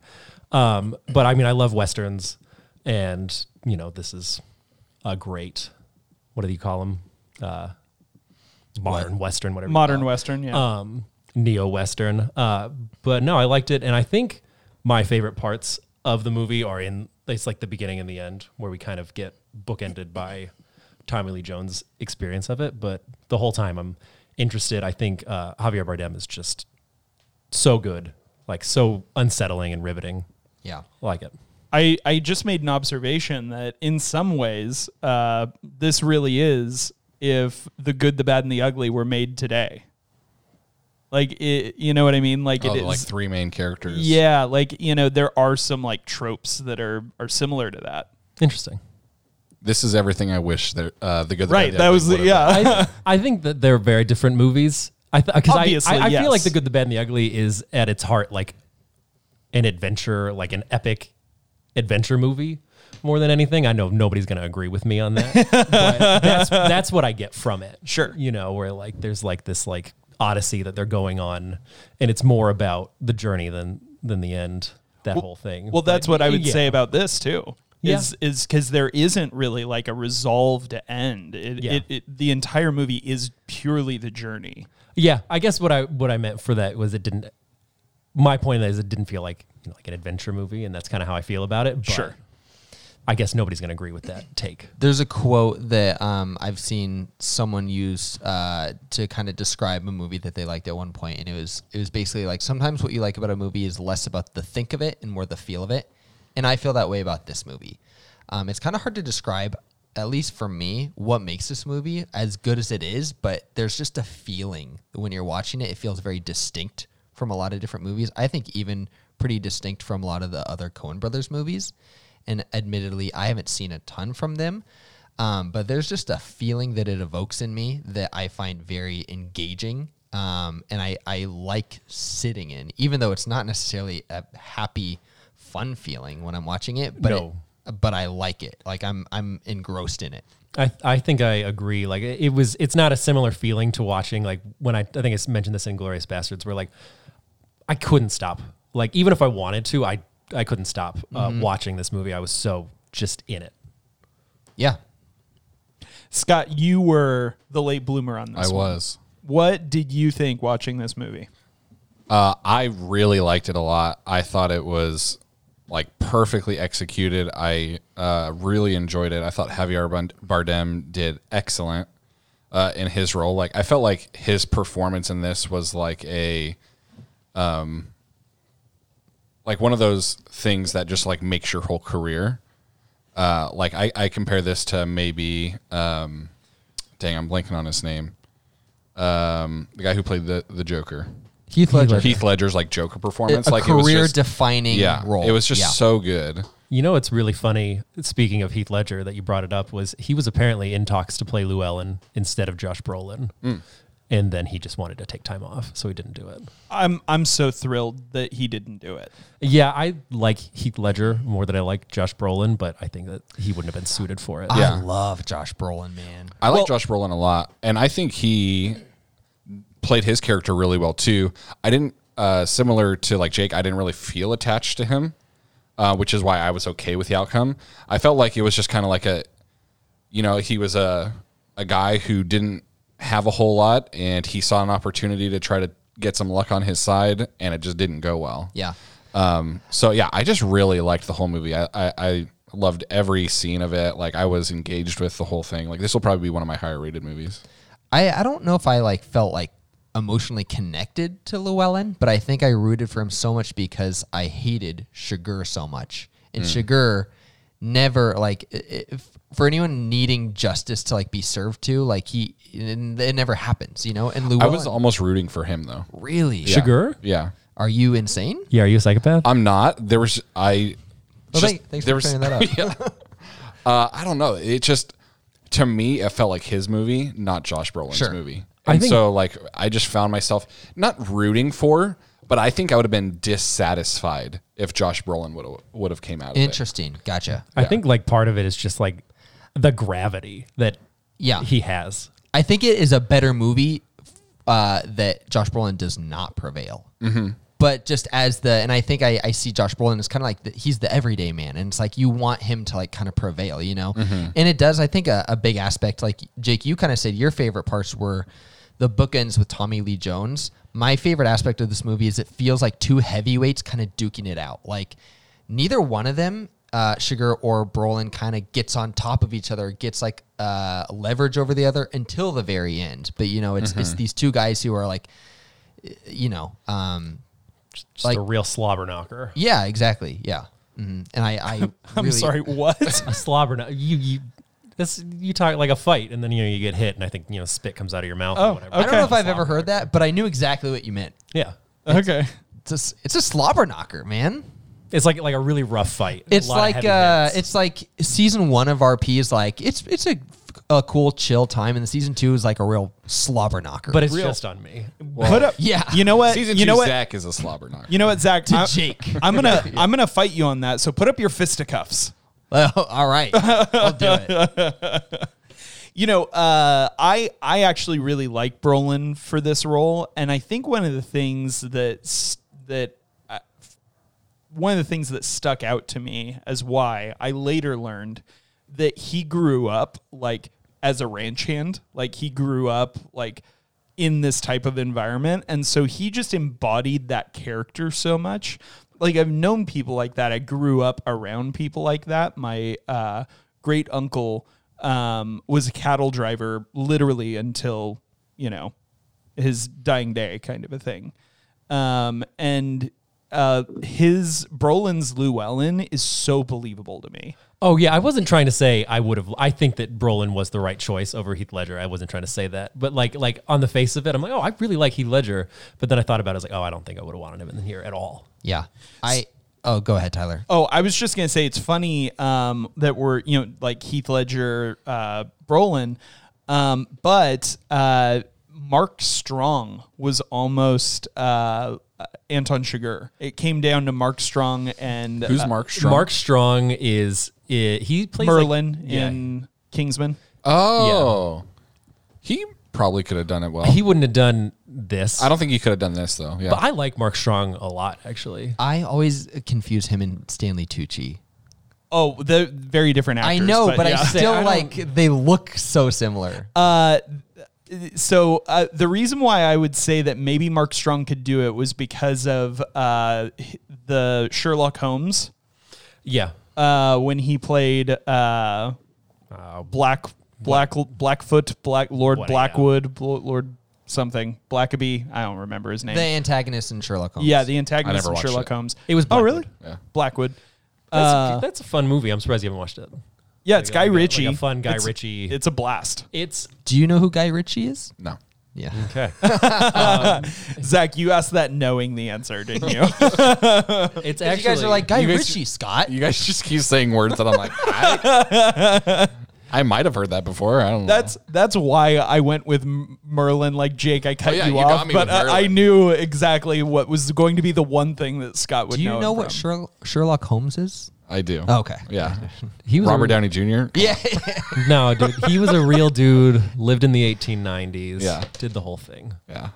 Speaker 4: Um but I mean I love westerns and you know this is a great what do you call them? Uh modern western whatever you
Speaker 3: Modern Western, yeah.
Speaker 4: um, neo western. Uh, but no, I liked it, and I think my favorite parts of the movie are in it's like the beginning and the end, where we kind of get bookended by Tommy Lee Jones' experience of it. But the whole time, I'm interested. I think uh, Javier Bardem is just so good, like so unsettling and riveting.
Speaker 6: Yeah.
Speaker 4: I like it.
Speaker 3: I, I just made an observation that in some ways, uh, this really is if the good, the bad, and the ugly were made today. Like, it, you know what I mean? Like,
Speaker 5: Oh,
Speaker 3: it
Speaker 5: the,
Speaker 3: is.
Speaker 5: like three main characters.
Speaker 3: yeah, like, you know, there are some like tropes that are, are similar to that.
Speaker 4: Interesting.
Speaker 5: This is everything I wish that uh, the good. the
Speaker 3: Right.
Speaker 5: bad, the
Speaker 3: That
Speaker 5: ugly
Speaker 3: was, the,
Speaker 5: would've been.
Speaker 3: yeah.
Speaker 4: I, I think that they're very different movies. I because I,
Speaker 3: Obviously,
Speaker 4: I, I
Speaker 3: yes.
Speaker 4: feel like the good, the bad, and the ugly is at its heart like an adventure, like an epic adventure movie more than anything. I know nobody's going to agree with me on that, but that's that's what I get from it.
Speaker 3: Sure.
Speaker 4: you know where like there's like this like odyssey that they're going on, and it's more about the journey than than the end. That whole thing.
Speaker 3: Well, that's
Speaker 4: But,
Speaker 3: what I would
Speaker 4: yeah.
Speaker 3: say about this too.
Speaker 4: Yeah.
Speaker 3: Is is because there isn't really like a resolve to end. It,
Speaker 4: Yeah.
Speaker 3: it, it the entire movie is purely the journey.
Speaker 4: Yeah, I guess what I what I meant for that was it didn't. My point is it didn't feel like you know, like an adventure movie, and that's kind of how I feel about it. But
Speaker 3: Sure.
Speaker 4: I guess nobody's gonna agree with that take.
Speaker 6: There's a quote that um, I've seen someone use uh, to kind of describe a movie that they liked at one point, and it was it was basically like sometimes what you like about a movie is less about the think of it and more the feel of it, and I feel that way about this movie. Um, it's kind of hard to describe, at least for me, what makes this movie as good as it is, but there's just a feeling when you're watching it. It feels very distinct from a lot of different movies. I think even pretty distinct from a lot of the other Coen Brothers movies. And admittedly, I haven't seen a ton from them. Um, but there's just a feeling that it evokes in me that I find very engaging. Um, and I, I like sitting in, even though it's not necessarily a happy, fun feeling when I'm watching it. But
Speaker 4: No.
Speaker 6: it- but I like it. Like I'm I'm engrossed in it.
Speaker 4: I I think I agree. Like it it was, it's not a similar feeling to watching like when I I think I s- mentioned this in Glorious Bastards, where like I couldn't stop. Like even if I wanted to, I I couldn't stop uh, watching this movie. I was so just in it.
Speaker 6: Yeah.
Speaker 3: Scott, you were the late bloomer on
Speaker 5: I
Speaker 3: this. one.
Speaker 5: was.
Speaker 3: What did you think watching this movie?
Speaker 5: Uh, I really liked it a lot. I thought it was like perfectly executed. I uh, really enjoyed it. I thought Javier Bund- Bardem did excellent uh, in his role. Like I felt like his performance in this was like a um, like one of those things that just like makes your whole career. Uh, like I, I compare this to maybe, um, dang, I'm blanking on his name. Um, the guy who played the the Joker,
Speaker 6: Heath Ledger.
Speaker 5: Heath Ledger's like Joker performance,
Speaker 6: a
Speaker 5: like it was
Speaker 6: career
Speaker 5: just-
Speaker 6: defining
Speaker 5: yeah,
Speaker 6: role.
Speaker 5: it was just
Speaker 6: Yeah.
Speaker 5: so good.
Speaker 4: You know, it's really funny. Speaking of Heath Ledger, that you brought it up was he was apparently in talks to play Llewellyn instead of Josh Brolin, and then he just wanted to take time off, so he didn't do it.
Speaker 3: I'm I'm so thrilled that he didn't do it.
Speaker 4: Yeah, I like Heath Ledger more than I like Josh Brolin, but I think that he wouldn't have been suited for it.
Speaker 6: I
Speaker 5: Yeah.
Speaker 6: love Josh Brolin, man.
Speaker 5: I like Josh Brolin a lot, and I think he played his character really well too. I didn't uh, similar to like Jake. I didn't really feel attached to him, uh, which is why I was okay with the outcome. I felt like it was just kind of like a, you know, he was a a guy who didn't have a whole lot, and he saw an opportunity to try to get some luck on his side, and it just didn't go well.
Speaker 6: Yeah.
Speaker 5: So yeah, I just really liked the whole movie. I, I, I loved every scene of it. Like I was engaged with the whole thing. Like this will probably be one of my higher rated movies.
Speaker 6: I, I don't know if I like felt like emotionally connected to Llewellyn, but I think I rooted for him so much because I hated Sugar so much. And Sugar never like i- if, for anyone needing justice to like be served to, like he it, it never happens, you know. And
Speaker 5: I
Speaker 6: Llewellyn,
Speaker 5: was almost rooting for him though.
Speaker 6: really,
Speaker 4: Sugar?
Speaker 5: Yeah,
Speaker 6: are you insane?
Speaker 4: Yeah, are you a psychopath?
Speaker 5: I'm not. There was I.
Speaker 6: Well,
Speaker 5: just-
Speaker 6: thank- thanks
Speaker 5: there
Speaker 6: for
Speaker 5: was-
Speaker 6: clearing that up.
Speaker 5: uh, I don't know. It just to me, it felt like his movie, not Josh Brolin's
Speaker 6: Sure.
Speaker 5: movie.
Speaker 4: I
Speaker 5: And
Speaker 4: think-
Speaker 5: so, like, I just found myself not rooting for, but I think I would have been dissatisfied if Josh Brolin would have would have came out. Of it.
Speaker 6: Interesting. Gotcha.
Speaker 4: I think like part of it is just like the gravity that
Speaker 6: Yeah.
Speaker 4: he has.
Speaker 6: I think it is a better movie uh, that Josh Brolin does not prevail. Mm-hmm. But just as the, and I think I, I see Josh Brolin as kind of like the, he's the everyday man, and it's like you want him to like kind of prevail, you know. And it does. I think a, a big aspect, like Jake, you kind of said your favorite parts were the bookends with Tommy Lee Jones. My favorite aspect of this movie is it feels like two heavyweights kind of duking it out, like neither one of them, uh, Sugar or Brolin, kind of gets on top of each other, gets like uh, leverage over the other until the very end. But you know, it's it's these two guys who are like, eh, you know, um,
Speaker 4: Just
Speaker 6: Like-
Speaker 4: a real slobber knocker.
Speaker 6: yeah, exactly, yeah. hmm And I, I
Speaker 3: I'm
Speaker 6: really-
Speaker 3: sorry, what?
Speaker 4: a slobber knocker. You you this you talk like a fight and then you know you get hit and I think you know spit comes out of your mouth
Speaker 3: Oh,
Speaker 4: or whatever.
Speaker 6: I don't know
Speaker 3: Okay.
Speaker 6: if I've ever heard that, but I knew exactly what you meant.
Speaker 4: Yeah.
Speaker 3: okay.
Speaker 6: It's a, s- it's a slobber knocker, man.
Speaker 4: It's like like a really rough fight.
Speaker 6: It's
Speaker 4: A lot of
Speaker 6: like
Speaker 4: heavy
Speaker 6: uh,
Speaker 4: hits.
Speaker 6: it's like season one of RP is like it's it's a, a cool chill time, and the season two is like a real slobber knocker.
Speaker 4: but it's just on me.
Speaker 3: Put up.
Speaker 6: Yeah.
Speaker 3: You know what?
Speaker 5: Season
Speaker 3: you
Speaker 5: two,
Speaker 3: know what?
Speaker 5: Zach is a slobber knocker.
Speaker 3: You know what, Zach? I-
Speaker 6: Jake.
Speaker 3: I'm gonna I'm gonna fight you on that. So put up your fisticuffs.
Speaker 6: Well, Oh, all right, I'll do it.
Speaker 3: You know, uh, I I actually really like Brolin for this role, and I think one of the things that s- that I- one of the things that stuck out to me as why I later learned that he grew up like as a ranch hand, like he grew up like in this type of environment, and so he just embodied that character so much. Like I've known people like that. I grew up around people like that. My uh, great uncle um, was a cattle driver literally until you know his dying day, kind of a thing um, and uh, his Brolin's Llewellyn is so believable to me.
Speaker 4: Oh yeah, I wasn't trying to say I would have. I think that Brolin was the right choice over Heath Ledger. I wasn't trying to say that, but like like on the face of it, I'm like, oh, I really like Heath Ledger. But then I thought about it, I was like, oh, I don't think I would have wanted him in here at all.
Speaker 6: Yeah, I. Oh, go ahead, Tyler.
Speaker 3: Oh, I was just gonna say it's funny um, that we're you know like Heath Ledger, uh, Brolin, um, but uh, Mark Strong was almost uh, Anton Chigurh. It came down to Mark Strong and
Speaker 5: Who's
Speaker 3: uh,
Speaker 5: Mark Strong?
Speaker 4: Mark Strong is, i- he plays like-
Speaker 3: Merlin
Speaker 4: yeah.
Speaker 3: in Kingsman.
Speaker 5: Oh, he probably could have done it well.
Speaker 4: He wouldn't have done this.
Speaker 5: I don't think he could have done this though. Yeah,
Speaker 4: But I like Mark Strong a lot, actually.
Speaker 6: I always confuse him and Stanley Tucci.
Speaker 3: Oh, the very different
Speaker 6: I
Speaker 3: actors.
Speaker 6: know, but, I
Speaker 3: yeah.
Speaker 6: still
Speaker 3: don't-
Speaker 6: like they look so similar.
Speaker 3: so uh, the reason why I would say that maybe Mark Strong could do it was because of uh, h- the Sherlock Holmes
Speaker 4: Yeah.
Speaker 3: uh, when he played uh, Black Black Blackfoot Black Lord
Speaker 4: What, yeah.
Speaker 3: Blackwood Bl- Lord something. Blackaby. I don't remember his name.
Speaker 6: The antagonist in Sherlock Holmes.
Speaker 3: yeah, the antagonist
Speaker 5: I never
Speaker 3: in
Speaker 5: watched
Speaker 3: Sherlock
Speaker 5: it.
Speaker 3: Holmes.
Speaker 4: It was
Speaker 3: oh
Speaker 4: Blackwood.
Speaker 3: really?
Speaker 5: Yeah.
Speaker 3: Blackwood.
Speaker 4: That's,
Speaker 3: Uh,
Speaker 4: that's a fun movie. I'm surprised you haven't watched it.
Speaker 3: yeah, it's
Speaker 4: Like a-
Speaker 3: Guy
Speaker 4: like a- like
Speaker 3: Ritchie.
Speaker 4: a fun Guy
Speaker 3: It's-
Speaker 4: Ritchie.
Speaker 3: It's a blast.
Speaker 4: It's
Speaker 6: Do you know who Guy Ritchie is?
Speaker 5: No.
Speaker 6: Yeah.
Speaker 4: okay.
Speaker 3: Zach, you asked that knowing the answer, didn't you?
Speaker 4: It's
Speaker 6: You
Speaker 4: actually
Speaker 6: guys are like Guy
Speaker 5: you guys-
Speaker 6: Ritchie, Scott.
Speaker 5: You guys just keep saying words that I'm like, I, I might have heard that before. I don't
Speaker 3: That's that's why I went with M- Merlin. Like Jake, I cut
Speaker 5: Oh, yeah,
Speaker 3: you,
Speaker 5: you got
Speaker 3: off,
Speaker 5: me
Speaker 3: but
Speaker 5: with
Speaker 3: I, I
Speaker 5: Merlin.
Speaker 3: knew exactly what was going to be the one thing that Scott would
Speaker 6: Do you
Speaker 3: know.
Speaker 6: know,
Speaker 3: him
Speaker 6: what
Speaker 3: from.
Speaker 6: Sherl- Sherlock Holmes is?
Speaker 5: know. I do.
Speaker 6: Oh, okay.
Speaker 5: Yeah.
Speaker 6: He was a-
Speaker 5: Robert Downey Jr.
Speaker 6: Yeah.
Speaker 4: no, dude. He was a real dude. Lived in the 1890s.
Speaker 5: Yeah.
Speaker 4: Did the whole thing.
Speaker 5: Yeah.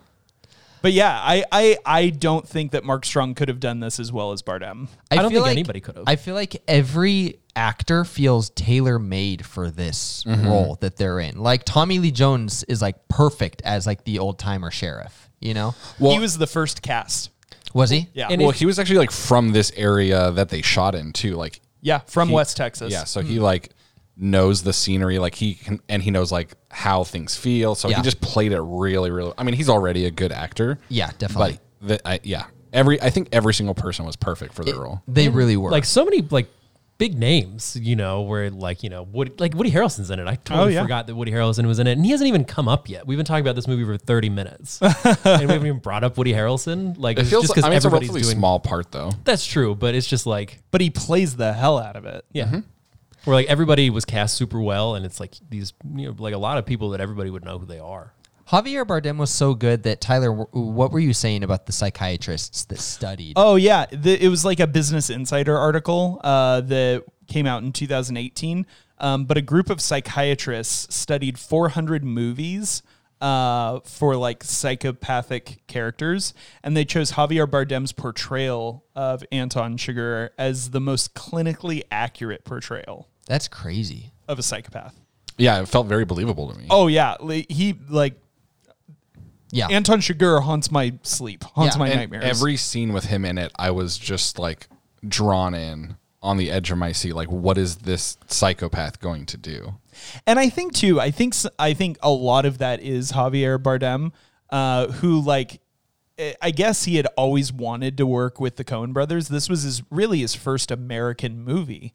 Speaker 3: But yeah, I, I I don't think that Mark Strong could have done this as well as Bardem.
Speaker 4: I don't
Speaker 6: feel
Speaker 4: think anybody could have.
Speaker 6: I feel like every actor feels tailor made for this role that they're in. Like Tommy Lee Jones is like perfect as like the old timer sheriff. You know?
Speaker 3: he was the first cast.
Speaker 6: Was he?
Speaker 3: Yeah,
Speaker 4: And
Speaker 5: well,
Speaker 4: if-
Speaker 5: he was actually like from this area that they shot in too. Like,
Speaker 3: yeah, from
Speaker 5: he-
Speaker 3: West Texas.
Speaker 5: Yeah, so he like knows the scenery, like he can, and he knows like how things feel. So
Speaker 6: Yeah.
Speaker 5: he just played it really, really. I mean, he's already a good actor.
Speaker 6: Yeah, definitely.
Speaker 5: But the, I, yeah, every I think every single person was perfect for their role.
Speaker 6: They really were.
Speaker 4: like so many like big names, you know, where like, you know, Woody, like Woody Harrelson's in it. I totally
Speaker 3: Oh, yeah.
Speaker 4: forgot that Woody Harrelson was in it. And he hasn't even come up yet. We've been talking about this movie for 30 minutes. and we haven't even brought up Woody Harrelson. Like
Speaker 5: It
Speaker 4: it's
Speaker 5: feels.
Speaker 4: just because
Speaker 5: I mean, it's a
Speaker 4: everybody's
Speaker 5: relatively
Speaker 4: doing
Speaker 5: small part though.
Speaker 4: That's true, but it's just like
Speaker 3: but he plays the hell out of it.
Speaker 5: Mm-hmm.
Speaker 4: yeah. Where like everybody was cast super well and it's like these you know, like a lot of people that everybody would know who they are.
Speaker 6: Javier Bardem was so good that Tyler, wh- what were you saying about the psychiatrists that studied?
Speaker 3: Oh yeah, the, it was like a Business Insider article uh, that came out in 2018. Um, but a group of psychiatrists studied 400 movies uh, for like psychopathic characters, and they chose Javier Bardem's portrayal of Anton Chigurh as the most clinically accurate portrayal
Speaker 6: That's crazy.
Speaker 3: of a psychopath.
Speaker 5: Yeah, it felt very believable to me.
Speaker 3: Oh yeah, li- he like
Speaker 6: Yeah.
Speaker 3: Anton Chigurh haunts my sleep, haunts
Speaker 6: Yeah.
Speaker 3: my
Speaker 5: And
Speaker 3: nightmares.
Speaker 5: every scene with him in it, I was just like drawn in on the edge of my seat. Like, what is this psychopath going to do?
Speaker 3: And I think too, I think s- I think a lot of that is Javier Bardem, uh, who like eh, I- I guess he had always wanted to work with the Coen brothers. This was his really his first American movie.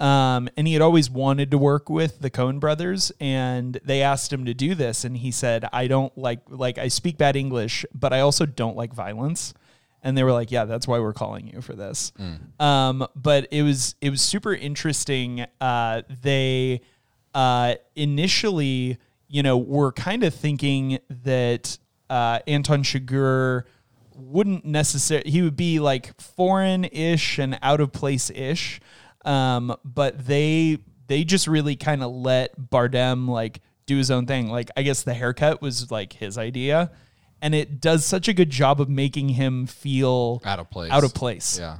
Speaker 3: Um, and he had always wanted to work with the Coen brothers, and they asked him to do this, and he said, "I don't like like I speak bad English, but I also don't like violence." and they were like, "Yeah, that's why we're calling you for this." Um, but it was it was super interesting. Uh, they uh, initially, you know, were kind of thinking that uh, Anton Chigurh wouldn't necessarily he would be like foreign-ish and out of place-ish, um, but they they just really kind of let Bardem like do his own thing. Like I guess the haircut was like his idea and it does such a good job of making him feel
Speaker 5: Out of place.
Speaker 3: Out of place.
Speaker 5: Yeah.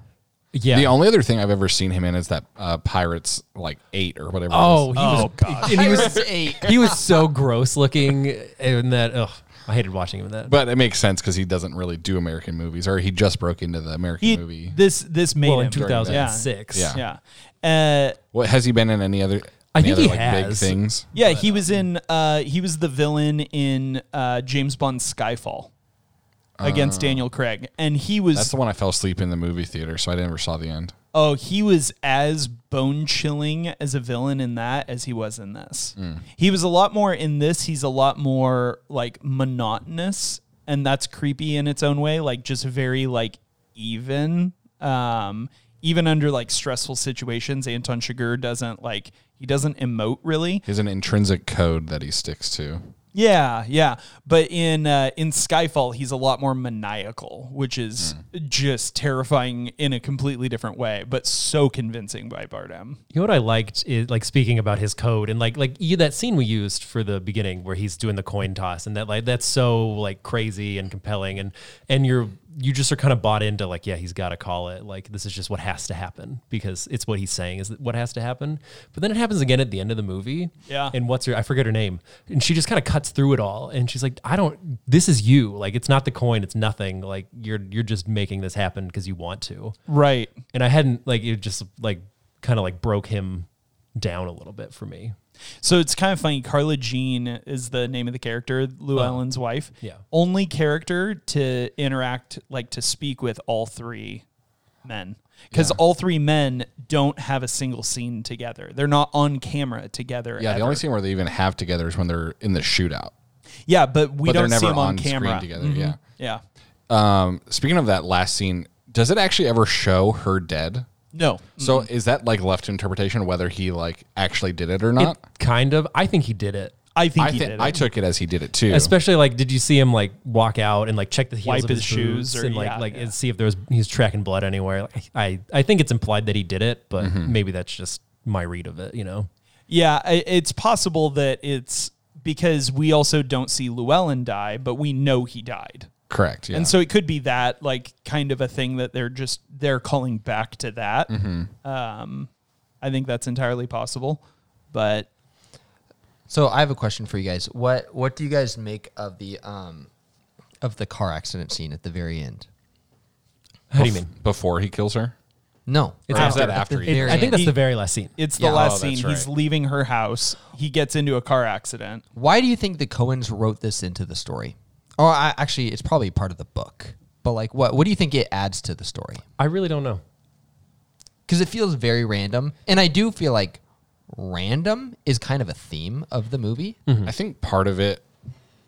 Speaker 4: Yeah.
Speaker 5: The only other thing I've ever seen him in is that uh, Pirates like eight or whatever. it was.
Speaker 4: Oh, he was and he was
Speaker 6: eight.
Speaker 4: he was so gross looking and that ugh, I hated watching him in that.
Speaker 5: But it makes sense because he doesn't really do American movies, or he just broke into the American
Speaker 3: He,
Speaker 5: movie.
Speaker 3: This this made
Speaker 4: well,
Speaker 3: him
Speaker 4: in 2006.
Speaker 5: Yeah.
Speaker 3: Yeah. Yeah. Uh,
Speaker 5: what has he been in? Any other?
Speaker 4: I
Speaker 5: any
Speaker 4: think
Speaker 5: other,
Speaker 4: he
Speaker 5: big
Speaker 4: has.
Speaker 5: things.
Speaker 3: yeah, he was in uh, he was the villain in uh, James Bond's Skyfall against Daniel Craig. And he
Speaker 5: Oh. That's
Speaker 3: was
Speaker 5: the one I fell asleep in the movie theater, so I never saw the end.
Speaker 3: oh, he was as bone chilling as a villain in that as he was in this.
Speaker 5: Mm.
Speaker 3: He was a lot more in this, he's a lot more like monotonous and that's creepy in its own way, like just very like even. Um even under like stressful situations, Anton Chigurh doesn't like he doesn't emote really.
Speaker 5: He has an intrinsic code that he sticks to.
Speaker 3: Yeah, yeah. But in uh, in Skyfall, he's a lot more maniacal, which is
Speaker 5: Hmm.
Speaker 3: just terrifying in a completely different way, but so convincing by Bardem.
Speaker 4: You know what I liked is like speaking about his code and like like you, that scene we used for the beginning where he's doing the coin toss and that like that's so like crazy and compelling and and you're you just are kind of bought into like yeah he's got to call it like this is just what has to happen because it's what he's saying is that what has to happen but then it happens again at the end of the movie
Speaker 3: Yeah.
Speaker 4: and what's her I forget her name and she just kind of cuts through it all and she's like I don't this is you like it's not the coin it's nothing like you're you're just making this happen because you want to
Speaker 3: Right.
Speaker 4: and I hadn't like it just like kind of like broke him down a little bit for me.
Speaker 3: So it's kind of funny. Carla Jean is the name of the character, Lou Ellen's wife.
Speaker 4: yeah.
Speaker 3: Only character to interact, like to speak with all three men. Because all three men don't have a single scene together. They're not on camera together.
Speaker 5: Yeah, the
Speaker 3: ever.
Speaker 5: only scene where they even have together is when they're in the shootout.
Speaker 3: yeah, but we
Speaker 5: But they're
Speaker 3: don't
Speaker 5: never
Speaker 3: see them on,
Speaker 5: on,
Speaker 3: camera.
Speaker 5: screen together.
Speaker 4: Mm-hmm.
Speaker 5: Yeah.
Speaker 3: Yeah.
Speaker 5: Um, speaking of that last scene, does it actually ever show her dead?
Speaker 3: No.
Speaker 5: So
Speaker 3: Mm.
Speaker 5: is that like left to interpretation whether he like actually did it or not?
Speaker 4: kind of. I think he did it.
Speaker 3: I think
Speaker 5: I
Speaker 3: he
Speaker 5: think
Speaker 3: did.
Speaker 5: I
Speaker 3: it.
Speaker 5: took it as he did it too.
Speaker 4: Especially like, did you see him like walk out and like check the heels
Speaker 3: Wipe
Speaker 4: of
Speaker 3: his
Speaker 4: his,
Speaker 3: shoes
Speaker 4: boots
Speaker 3: or-
Speaker 4: and like
Speaker 3: yeah,
Speaker 4: like
Speaker 3: yeah.
Speaker 4: and see if there was he's tracking blood anywhere? Like, I I think it's implied that he did it, but maybe that's just my read of it. You know,
Speaker 3: Yeah, i- it's possible that it's because we also don't see Llewellyn die, but we know he died.
Speaker 5: Correct. Yeah.
Speaker 3: And so it could be that like kind of a thing that they're just they're calling back to that.
Speaker 5: Mm-hmm.
Speaker 3: Um, I think that's entirely possible, but
Speaker 6: So I have a question for you guys. What what do you guys make of the um of the car accident scene at the very end?
Speaker 4: how do you mean?
Speaker 5: before he kills her?
Speaker 6: No,
Speaker 4: It's
Speaker 5: Or is
Speaker 4: after
Speaker 5: that
Speaker 4: that.
Speaker 5: after
Speaker 6: At
Speaker 5: he
Speaker 6: the
Speaker 4: It-
Speaker 6: very
Speaker 4: I think
Speaker 6: end.
Speaker 4: that's the very last scene.
Speaker 3: it's the
Speaker 6: Yeah.
Speaker 3: last
Speaker 5: Oh, that's
Speaker 3: scene. He's
Speaker 5: right.
Speaker 3: leaving her house. He gets into a car accident.
Speaker 6: Why do you think the Cohens wrote this into the story? Or I, actually, it's probably part of the book. But like, what what do you think it adds to the story?
Speaker 4: I really don't know.
Speaker 6: Because it feels very random, and I do feel like random is kind of a theme of the movie.
Speaker 3: Mm-hmm.
Speaker 5: I think part of it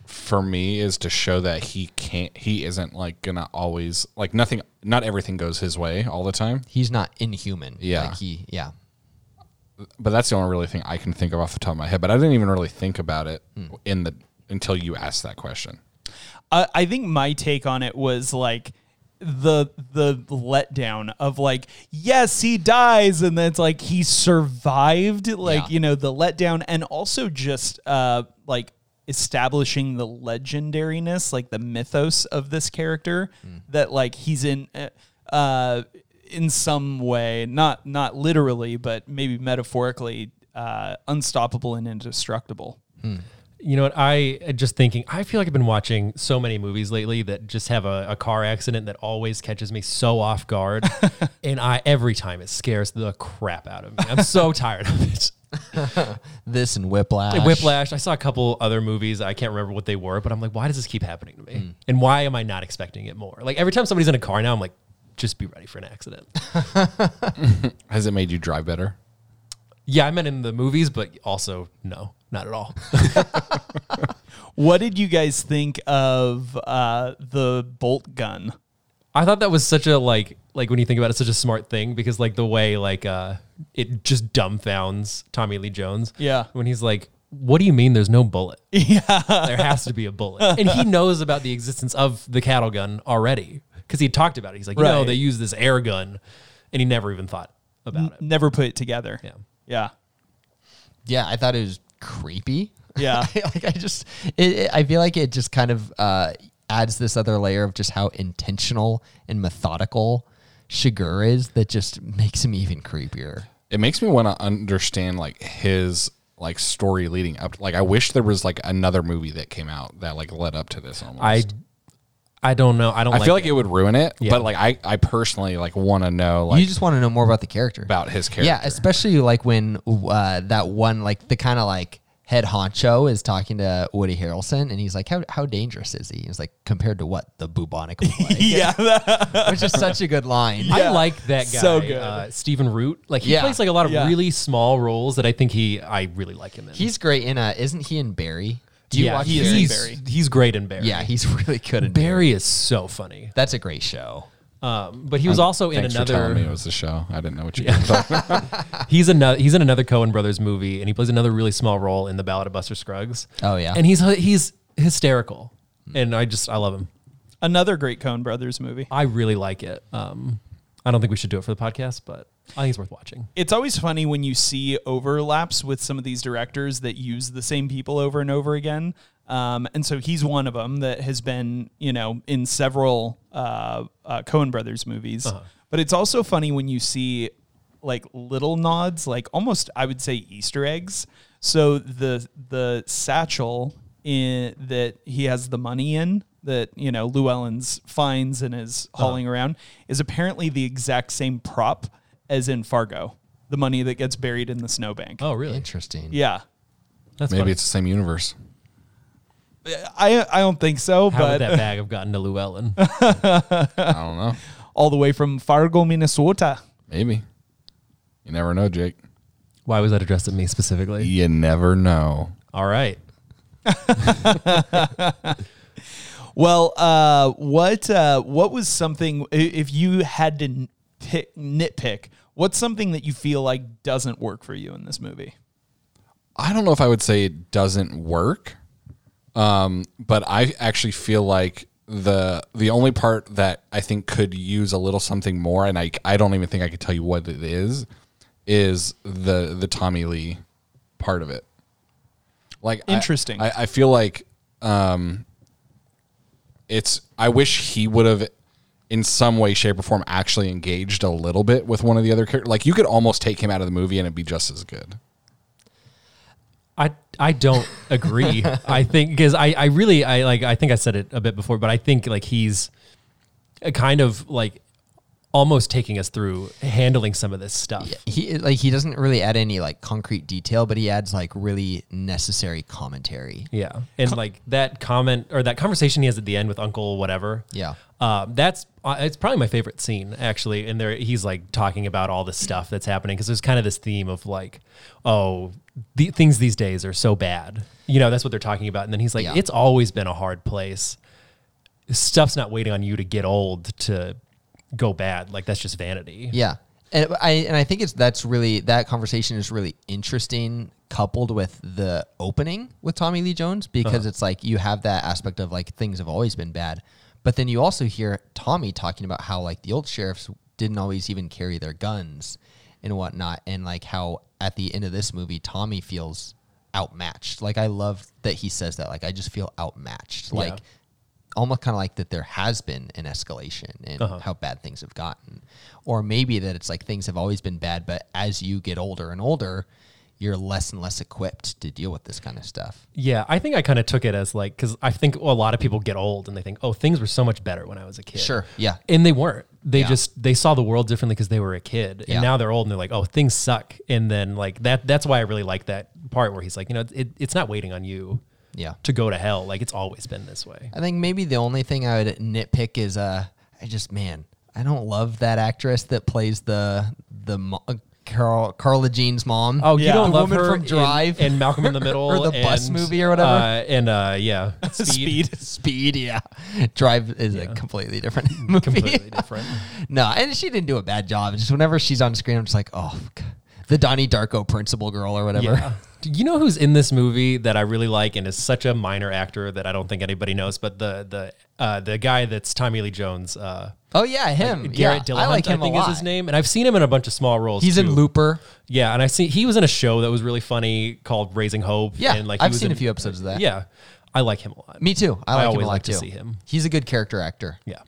Speaker 5: for me is to show that he can't he isn't like gonna always like nothing not everything goes his way all the time.
Speaker 6: He's not inhuman.
Speaker 5: Yeah.
Speaker 6: like he yeah.
Speaker 5: But that's the only really thing I can think of off the top of my head. But I didn't even really think about it
Speaker 3: Hmm.
Speaker 5: in the until you asked that question.
Speaker 3: I, I think my take on it was like the the letdown of like yes he dies and then it's like he survived like
Speaker 6: Yeah.
Speaker 3: you know the letdown and also just uh like establishing the legendariness like the mythos of this character that like he's in uh, uh in some way not not literally but maybe metaphorically uh unstoppable and indestructible
Speaker 4: You know what? I uh, just thinking, I feel like I've been watching so many movies lately that just have a, a car accident that always catches me so off guard. and I, every time, it scares the crap out of me. I'm so tired of it.
Speaker 6: This and Whiplash.
Speaker 4: Like Whiplash, I saw a couple other movies. I can't remember what they were, but I'm like, why does this keep happening to me? And why am I not expecting it more? Like every time somebody's in a car now, I'm like, just be ready for an accident.
Speaker 5: Has it made you drive better?
Speaker 4: yeah, I meant in the movies, but also, no, not at all.
Speaker 3: What did you guys think of uh, the bolt gun?
Speaker 4: I thought that was such a like like when you think about it, such a smart thing because like the way like uh it just dumbfounds Tommy Lee Jones.
Speaker 3: Yeah.
Speaker 4: When he's like, What do you mean there's no bullet?
Speaker 3: Yeah,
Speaker 4: There has to be a bullet. and he knows about the existence of the cattle gun already. Because he talked about it. He's like, you No,
Speaker 3: Right.
Speaker 4: they use this air gun and he never even thought about it.
Speaker 3: never put it together.
Speaker 4: Yeah.
Speaker 3: yeah,
Speaker 6: Yeah, I thought it was creepy.
Speaker 3: Yeah.
Speaker 6: like I just, it, it- I feel like it just kind of uh, adds this other layer of just how intentional and methodical Shigur is that just makes him even creepier.
Speaker 5: It makes me want to understand like his like story leading up. Like I wish there was like another movie that came out that like led up to this almost.
Speaker 4: I I don't know. I don't
Speaker 5: I
Speaker 4: like
Speaker 5: feel like it would ruin it,
Speaker 4: Yeah.
Speaker 5: but like I, I personally like want to know like
Speaker 6: you just want to know more about the character.
Speaker 5: about his character.
Speaker 6: yeah, especially like when uh, that one, like the kind of like head honcho is talking to Woody Harrelson, and he's like, "How how dangerous is he?" And he's like, "Compared to what the bubonic plague,"
Speaker 3: yeah. that-
Speaker 6: which is such a good line.
Speaker 3: Yeah.
Speaker 4: I like that guy,
Speaker 3: So good.
Speaker 4: Uh, Stephen Root. Like he
Speaker 6: Yeah.
Speaker 4: plays like a lot of
Speaker 3: Yeah.
Speaker 4: really small roles that I think he, I really like him in.
Speaker 6: He's great in a, isn't he in Barry? Do you watch
Speaker 4: he
Speaker 3: is
Speaker 6: Barry?
Speaker 4: he's,
Speaker 3: Barry.
Speaker 4: he's great in Barry.
Speaker 6: Yeah, he's really good in Barry.
Speaker 4: Barry is so funny.
Speaker 6: That's a great show.
Speaker 4: Um, but he was also in
Speaker 5: Thanks for telling me it
Speaker 4: another.
Speaker 5: was the show. I didn't know what you were talking about.
Speaker 4: He's another. He's in another Cohen Brothers movie, and he plays another really small role in the Ballad of Buster Scruggs.
Speaker 6: Oh, yeah.
Speaker 4: and he's he's hysterical, and I just I love him.
Speaker 3: Another great Coen Brothers movie.
Speaker 4: I really like it. Um, I don't think we should do it for the podcast, but I think it's worth watching.
Speaker 3: It's always funny when you see overlaps with some of these directors that use the same people over and over again. Um, and so he's one of them that has been, you know, in several uh, uh, Coen Brothers movies. But it's also funny when you see like little nods, like almost I would say Easter eggs. So the the satchel in that he has the money in that you know Llewellyn's finds and is hauling around is apparently the exact same prop as in Fargo, the money that gets buried in the snowbank.
Speaker 4: Oh, really?
Speaker 6: Interesting.
Speaker 3: Yeah.
Speaker 4: That's
Speaker 5: Maybe
Speaker 4: funny.
Speaker 5: it's the same universe.
Speaker 3: I I don't think so,
Speaker 4: How
Speaker 3: but
Speaker 4: would that bag have gotten to Llewellyn?
Speaker 5: I don't know.
Speaker 3: all the way from Fargo, Minnesota.
Speaker 5: Maybe. You never know, Jake.
Speaker 4: Why was that addressed at me specifically?
Speaker 5: You never know.
Speaker 4: All right.
Speaker 3: Well, uh, what uh, what was something i- if you had to n- pick nitpick? What's something that you feel like doesn't work for you in this movie?
Speaker 5: I don't know if I would say it doesn't work, um, but I actually feel like the the only part that I think could use a little something more, and I I don't even think I could tell you what it is, is the the Tommy Lee part of it. Like I-
Speaker 3: Interesting.
Speaker 5: I, I feel like um, it's I wish he would have in some way, shape, or form actually engaged a little bit with one of the other characters. Like you could almost take him out of the movie and it'd be just as good.
Speaker 4: I I don't agree. I think because I I really I like I think I said it a bit before, but I think like he's a kind of like almost taking us through handling some of this stuff.
Speaker 6: he like he doesn't really add any like concrete detail, but he adds like really necessary commentary.
Speaker 4: Yeah. And like that comment or that conversation he has at the end with Uncle whatever.
Speaker 6: Yeah.
Speaker 4: Um, that's uh, it's probably my favorite scene actually. And there he's like talking about all this stuff that's happening because there's kind of this theme of like, oh, the things these days are so bad. You know, that's what they're talking about. And then he's like,
Speaker 6: Yeah.
Speaker 4: it's always been a hard place. Stuff's not waiting on you to get old to go bad. Like that's just vanity.
Speaker 6: Yeah, and I and I think it's that's really that conversation is really interesting, coupled with the opening with Tommy Lee Jones because it's like you have that aspect of like things have always been bad, but then you also hear Tommy talking about how like the old sheriffs didn't always even carry their guns and whatnot, and like how at the end of this movie Tommy feels outmatched. Like I love that he says that. Like I just feel outmatched. Like almost kind of like that there has been an escalation in
Speaker 4: Uh-huh.
Speaker 6: how bad things have gotten or maybe that it's like things have always been bad but as you get older and older you're less and less equipped to deal with this kind of stuff
Speaker 4: Yeah, I think I kind of took it as like because I think a lot of people get old and they think, oh, things were so much better when I was a kid.
Speaker 6: Sure, yeah.
Speaker 4: and they weren't. They
Speaker 6: Yeah.
Speaker 4: just they saw the world differently because they were a kid,
Speaker 6: Yeah.
Speaker 4: and now they're old and they're like, oh, things suck. And then like that that's why I really like that part where he's like, you know, it, it's not waiting on you
Speaker 6: yeah
Speaker 4: to go to hell. Like it's always been this way.
Speaker 6: i think maybe the only thing i would nitpick is uh i just man i don't love that actress that plays the the mo- uh, Carl, Carla Jean's mom.
Speaker 4: Oh, you
Speaker 3: Yeah.
Speaker 4: don't
Speaker 3: The
Speaker 4: love
Speaker 6: woman
Speaker 4: her
Speaker 6: from
Speaker 4: in-
Speaker 6: Drive.
Speaker 4: and Malcolm in the Middle
Speaker 6: Or the bus
Speaker 4: and,
Speaker 6: movie or whatever.
Speaker 4: uh, and uh, yeah,
Speaker 3: Speed.
Speaker 6: Speed, yeah. Drive is a completely different movie.
Speaker 4: completely different.
Speaker 6: No, and she didn't do a bad job. It's Just whenever she's on screen, I'm just like, oh, God. the Donnie Darko principal girl or whatever.
Speaker 4: Yeah. Do you know who's in this movie that I really like and is such a minor actor that I don't think anybody knows? But the the uh, the guy that's Tommy Lee Jones, uh,
Speaker 6: Oh yeah, him.
Speaker 4: Garrett
Speaker 6: yeah,
Speaker 4: Dillahunt,
Speaker 6: I like him
Speaker 4: think
Speaker 6: a lot.
Speaker 4: is his name, and I've seen him in a bunch of small roles.
Speaker 6: He's in
Speaker 4: too.
Speaker 6: Looper.
Speaker 4: Yeah, and I see he was in a show that was really funny called Raising Hope.
Speaker 6: Yeah,
Speaker 4: and he
Speaker 6: I've
Speaker 4: was in-
Speaker 6: seen a few episodes of that.
Speaker 4: Yeah, I like him a lot.
Speaker 6: me too. I like him
Speaker 4: always
Speaker 6: a lot
Speaker 4: like to
Speaker 6: too.
Speaker 4: see him.
Speaker 6: He's a good character actor.
Speaker 4: Yeah,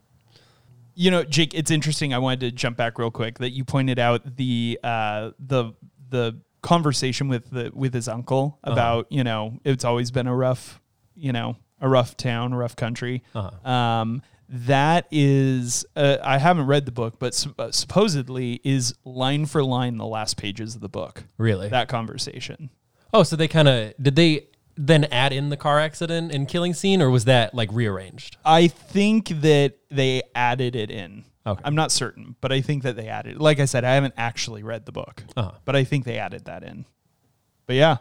Speaker 3: You know, Jake, it's interesting. I wanted to jump back real quick that you pointed out the uh, the the conversation with the with his uncle about you know it's always been a rough you know a rough town, a rough country. Um, that is, uh, I haven't read the book, but sup- uh, supposedly is line for line the last pages of the book.
Speaker 4: really.
Speaker 3: That conversation.
Speaker 4: oh, so they kind of did they then add in the car accident and killing scene, or was that like rearranged?
Speaker 3: I think that they added it in.
Speaker 4: Okay.
Speaker 3: I'm not certain, but I think that they added. Like I said, I haven't actually read the book,
Speaker 4: Uh-huh.
Speaker 3: but I think they added that in. But yeah,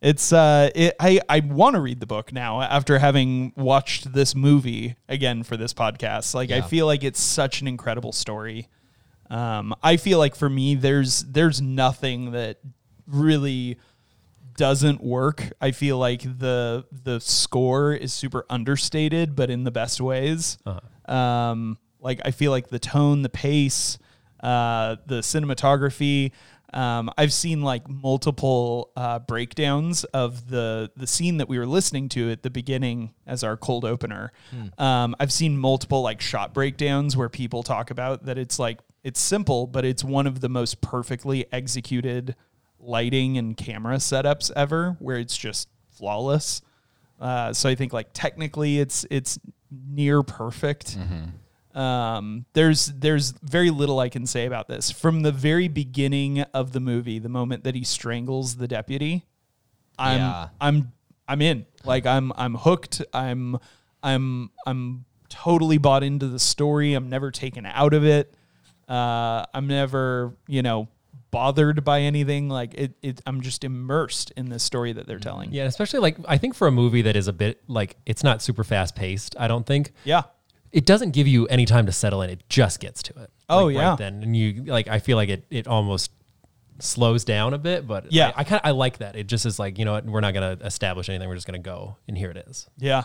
Speaker 3: it's uh, it, I I want to read the book now after having watched this movie again for this podcast. Like I feel like it's such an incredible story. Um, I feel like for me, there's there's nothing that really doesn't work. I feel like the the score is super understated, but in the best ways. Um, like I feel like the tone, the pace, uh, the cinematography. Um, I've seen like multiple uh, breakdowns of the the scene that we were listening to at the beginning as our cold opener. Um, I've seen multiple like shot breakdowns where people talk about that it's like it's simple, but it's one of the most perfectly executed lighting and camera setups ever where it's just flawless. Uh, so I think like technically it's it's near perfect. Um, there's there's very little I can say about this. From the very beginning of the movie, the moment that he strangles the deputy, I'm
Speaker 6: Yeah.
Speaker 3: I'm I'm in. Like I'm I'm hooked. I'm I'm I'm totally bought into the story. I'm never taken out of it. Uh, I'm never you know bothered by anything. Like it, it I'm just immersed in this story that they're telling.
Speaker 4: Yeah, especially like I think for a movie that is a bit like it's not super fast paced. I don't think.
Speaker 3: Yeah.
Speaker 4: It doesn't give you any time to settle in. It just gets to it.
Speaker 3: Oh,
Speaker 4: Like,
Speaker 3: yeah.
Speaker 4: Right then and you like I feel like it it almost slows down a bit, but
Speaker 3: Yeah.
Speaker 4: I, I kind of I like that. It just is like you know what we're not gonna establish anything. We're just gonna go and here it is.
Speaker 3: Yeah.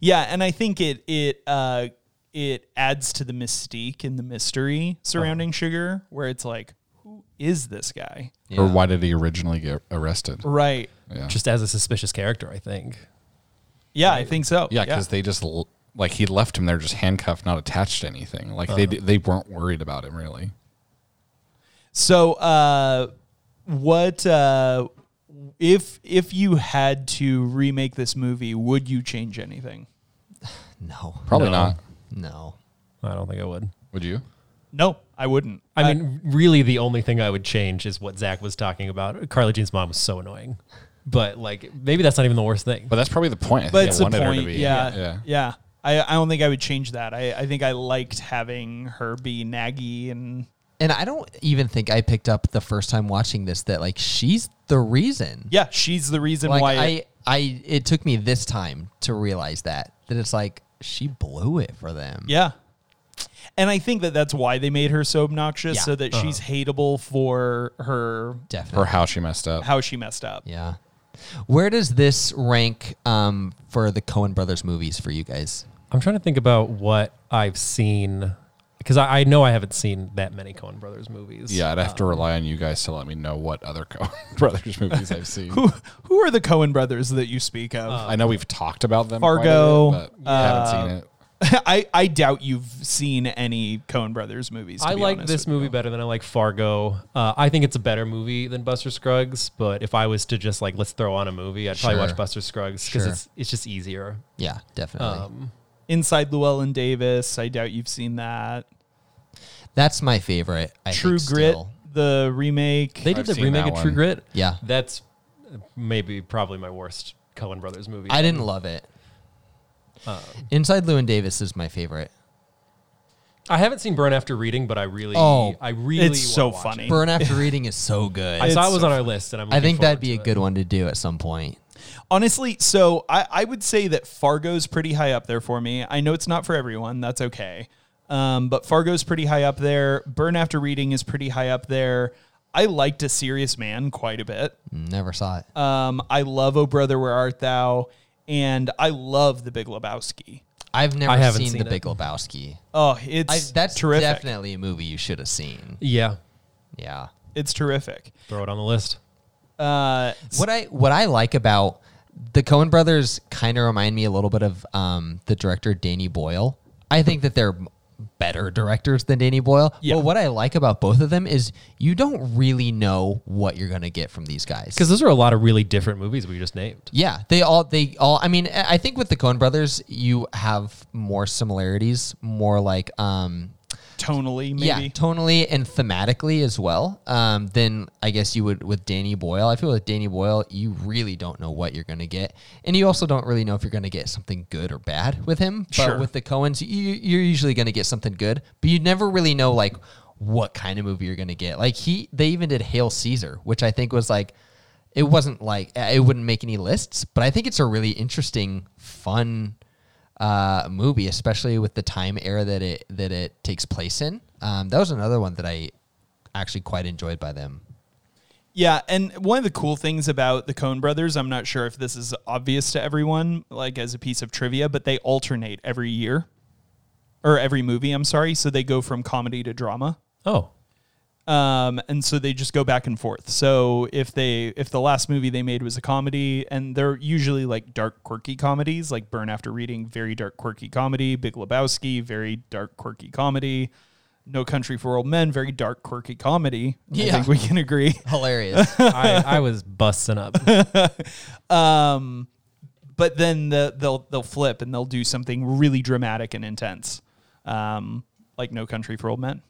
Speaker 3: Yeah, and I think it it uh it adds to the mystique and the mystery surrounding Sugar where it's like who is this guy?
Speaker 5: Or why did he originally get arrested?
Speaker 3: Right.
Speaker 5: Yeah.
Speaker 4: Just as a suspicious character, I think.
Speaker 3: Yeah, I think so.
Speaker 5: Yeah, because they just l- like he left him there just handcuffed, not attached to anything. Like
Speaker 3: Uh-huh.
Speaker 5: they they they weren't worried about him really.
Speaker 3: So, uh, what uh, if if you had to remake this movie? Would you change anything?
Speaker 6: No.
Speaker 5: Probably
Speaker 4: No.
Speaker 5: not.
Speaker 6: No.
Speaker 4: I don't think I would.
Speaker 5: Would you?
Speaker 3: No, I wouldn't.
Speaker 4: I mean, really, the only thing I would change is what Zach was talking about. Carly Jean's mom was so annoying, but like maybe that's not even the worst thing.
Speaker 5: But that's probably the point. I think
Speaker 3: but
Speaker 5: I
Speaker 3: it's a
Speaker 5: wanted her to
Speaker 3: point.
Speaker 5: be.
Speaker 3: Yeah,
Speaker 5: yeah.
Speaker 3: yeah. I, I don't think I would change that. I, I think I liked having her be naggy and
Speaker 6: And I don't even think I picked up the first time watching this that like she's the reason.
Speaker 3: yeah, she's the reason
Speaker 6: Like
Speaker 3: why.
Speaker 6: I, I it took me this time to realize that that it's like she blew it for them.
Speaker 3: yeah, and I think that that's why they made her so obnoxious,
Speaker 6: Yeah.
Speaker 3: so that she's
Speaker 5: Uh-huh.
Speaker 3: hateable for her
Speaker 5: Or
Speaker 6: Definitely.
Speaker 5: how she messed up.
Speaker 3: how she messed up.
Speaker 6: Yeah. Where does this rank um, for the Cohen Brothers movies for you guys?
Speaker 4: I'm trying to think about what I've seen because I, I know I haven't seen that many Coen Brothers movies.
Speaker 5: yeah, I'd have
Speaker 3: Uh-huh.
Speaker 5: to rely on you guys to let me know what other Coen Brothers movies I've seen.
Speaker 3: Who are the Cohen brothers that you speak of?
Speaker 6: Uh,
Speaker 5: I know we've talked about them.
Speaker 3: Fargo, uh,
Speaker 5: quite a bit, but I haven't seen it.
Speaker 3: I, I doubt you've seen any Coen Brothers movies. to
Speaker 4: I
Speaker 3: be
Speaker 4: like
Speaker 3: honest
Speaker 4: this
Speaker 3: with you.
Speaker 4: movie better than I like Fargo. Uh, I think it's a better movie than Buster Scruggs. But if I was to just like let's throw on a movie, I'd probably
Speaker 6: Sure.
Speaker 4: watch Buster Scruggs because
Speaker 6: Sure.
Speaker 4: it's it's just easier.
Speaker 6: Yeah, definitely.
Speaker 4: Um,
Speaker 3: Inside Llewellyn Davis. I doubt you've seen that.
Speaker 6: That's my favorite. I
Speaker 3: True
Speaker 6: think,
Speaker 3: Grit,
Speaker 6: still.
Speaker 3: the remake.
Speaker 4: They did
Speaker 5: I've
Speaker 4: the
Speaker 5: seen
Speaker 4: remake
Speaker 5: that
Speaker 4: of True
Speaker 5: one.
Speaker 4: Grit.
Speaker 6: Yeah.
Speaker 4: that's uh, maybe probably my worst Coen Brothers movie.
Speaker 6: I didn't love it.
Speaker 4: Um,
Speaker 6: Inside Lewin Davis is my favorite.
Speaker 4: I haven't seen Burn After Reading, but I really,
Speaker 6: Oh,
Speaker 4: I really,
Speaker 3: it's so
Speaker 4: wanna watch
Speaker 3: funny.
Speaker 4: it.
Speaker 6: Burn After Reading is so good.
Speaker 4: I
Speaker 6: I,
Speaker 4: saw it
Speaker 3: It's
Speaker 4: was
Speaker 3: so
Speaker 4: on our list, and I'm. looking
Speaker 6: think that'd
Speaker 4: forward
Speaker 6: be a
Speaker 4: to it.
Speaker 6: good one to do at some point.
Speaker 3: Honestly, so I, I would say that Fargo's pretty high up there for me. I know it's not for everyone. That's okay. Um, but Fargo's pretty high up there. Burn After Reading is pretty high up there. I liked A Serious Man quite a bit.
Speaker 6: Never saw it.
Speaker 3: Um, I love Oh Brother, Where Art Thou? And I love The Big Lebowski.
Speaker 6: I've never
Speaker 4: I haven't
Speaker 6: seen,
Speaker 4: seen
Speaker 6: The
Speaker 4: it.
Speaker 6: Big Lebowski.
Speaker 3: Oh,
Speaker 6: I,
Speaker 3: it's
Speaker 6: that's
Speaker 3: terrific.
Speaker 6: definitely a movie you should have seen.
Speaker 4: Yeah,
Speaker 6: Yeah.
Speaker 3: It's terrific.
Speaker 4: throw it on the list.
Speaker 3: Uh,
Speaker 6: What I what I like about the Cohen brothers kind of remind me a little bit of um, the director Danny Boyle. I think that they're m- better directors than Danny Boyle.
Speaker 3: Yeah.
Speaker 6: But what I like about both of them is you don't really know what you're going to get from these guys.
Speaker 4: Because those are a lot of really different movies we just named.
Speaker 6: Yeah, they all they all. I mean, I I think with the Coen Brothers, you have more similarities, more like um,
Speaker 3: tonally, maybe.
Speaker 6: yeah, tonally and thematically as well. Um, than I guess you would with Danny Boyle. I feel with Danny Boyle, you really don't know what you're gonna get, and you also don't really know if you're gonna get something good or bad with him. But
Speaker 3: Sure.
Speaker 6: with the Coens, you, you're usually gonna get something good, but you never really know like what kind of movie you're gonna get. Like he, they even did Hail Caesar, which I think was like. It wasn't like it wouldn't make any lists, but I think it's a really interesting, fun uh, movie, especially with the time era that it that it takes place in. Um, that was another one that I actually quite enjoyed by them.
Speaker 3: Yeah, and one of the cool things about the Coen brothers, I'm not sure if this is obvious to everyone, like as a piece of trivia, but they alternate every year or every movie, I'm sorry. So they go from comedy to drama.
Speaker 4: Oh,
Speaker 3: Um, and so they just go back and forth. So if they if the last movie they made was a comedy, and they're usually like dark, quirky comedies, like Burn After Reading, very dark, quirky comedy, Big Lebowski, very dark, quirky comedy, No Country for Old Men, very dark, quirky comedy. I
Speaker 6: Yeah.
Speaker 3: think we can agree.
Speaker 6: Hilarious.
Speaker 4: I, I was busting up.
Speaker 3: Um, but then the, they'll they'll flip and they'll do something really dramatic and intense, um, like No Country for Old Men.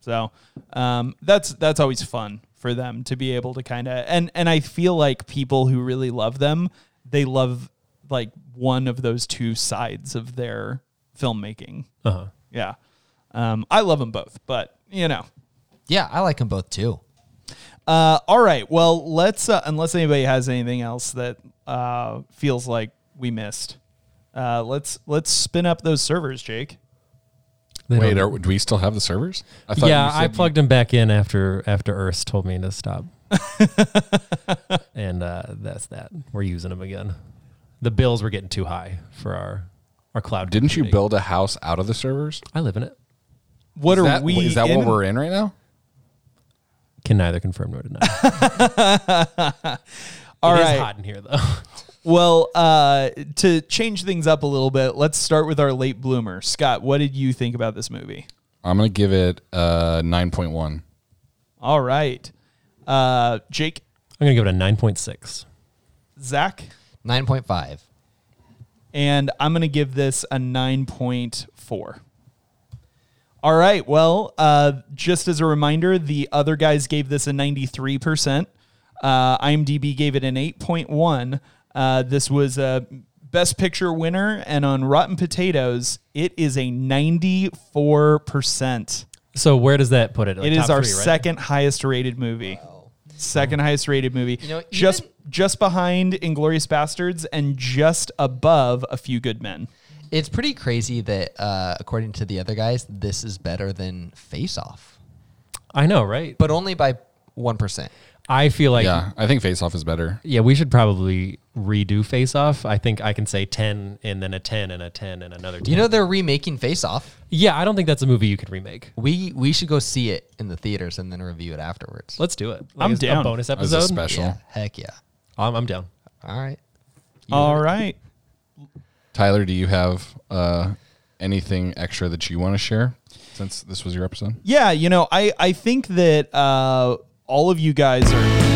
Speaker 3: So um, that's that's always fun for them to be able to kind of and and I feel like people who really love them, they love like one of those two sides of their filmmaking.
Speaker 4: Uh-huh.
Speaker 3: Yeah. Um, I love them both, but you know,
Speaker 6: Yeah, I like them both too.
Speaker 3: uh, all right. Well, let's uh, unless anybody has anything else that uh, feels like we missed. Uh, let's let's spin up those servers, Jake.
Speaker 4: They
Speaker 5: Wait,
Speaker 4: don't-
Speaker 5: are, do we still have the servers? I
Speaker 4: yeah,
Speaker 5: you said
Speaker 4: I
Speaker 5: you-
Speaker 4: plugged them back in after after Earth told me to stop, and uh, that's that. We're using them again. The bills were getting too high for our our cloud.
Speaker 5: Didn't you
Speaker 4: computing.
Speaker 5: build a house out of the servers?
Speaker 4: I live in it.
Speaker 3: What
Speaker 5: Is
Speaker 3: are
Speaker 5: that,
Speaker 3: we?
Speaker 5: Is that
Speaker 3: in?
Speaker 5: what we're in right now?
Speaker 4: Can neither confirm nor deny.
Speaker 3: All
Speaker 4: It is
Speaker 3: right.
Speaker 4: hot in here though.
Speaker 3: Well, uh, to change things up a little bit, let's start with our late bloomer, Scott. What did you think about this movie?
Speaker 5: I'm gonna give it uh 9.1.
Speaker 3: All right, uh, Jake,
Speaker 4: I'm gonna give it a nine point six.
Speaker 3: Zach,
Speaker 6: Nine point five.
Speaker 3: and I'm going to give this a 9.4. All right. Well, uh, just as a reminder, the other guys gave this a 93%. Uh, IMDb gave it an 8.1. Uh, this was a Best Picture winner, and on Rotten Potatoes, it is a 94%.
Speaker 4: So where does that put it? Like
Speaker 3: It is
Speaker 4: Oh, top
Speaker 3: our
Speaker 4: three, right?
Speaker 3: second highest rated movie. Second highest rated movie.
Speaker 6: know,
Speaker 3: just
Speaker 6: even-
Speaker 3: just behind Inglorious Bastards and just above A Few Good Men.
Speaker 6: It's pretty crazy that uh, according to the other guys, this is better than Face Off,
Speaker 4: I know, right? But
Speaker 6: but only by one percent.
Speaker 4: I feel like yeah.
Speaker 5: Yeah, I think Face Off is better.
Speaker 4: we should probably redo Face Off. I think I can say ten and then a ten and a ten and another ten.
Speaker 6: You know they're remaking Face Off.
Speaker 4: yeah, I don't think that's a movie you could remake.
Speaker 6: We we should go see it in the theaters and then review it afterwards.
Speaker 4: Let's do it.
Speaker 3: I'm
Speaker 4: it's
Speaker 3: down.
Speaker 4: A bonus
Speaker 5: As a
Speaker 4: episode.
Speaker 5: special.
Speaker 6: Yeah, heck yeah.
Speaker 4: I'm, I'm down.
Speaker 6: All right.
Speaker 3: All right.
Speaker 5: Tyler, do you have uh anything extra that you want to share since this was your episode?
Speaker 3: Yeah, you know, I I think that uh, all of you guys are.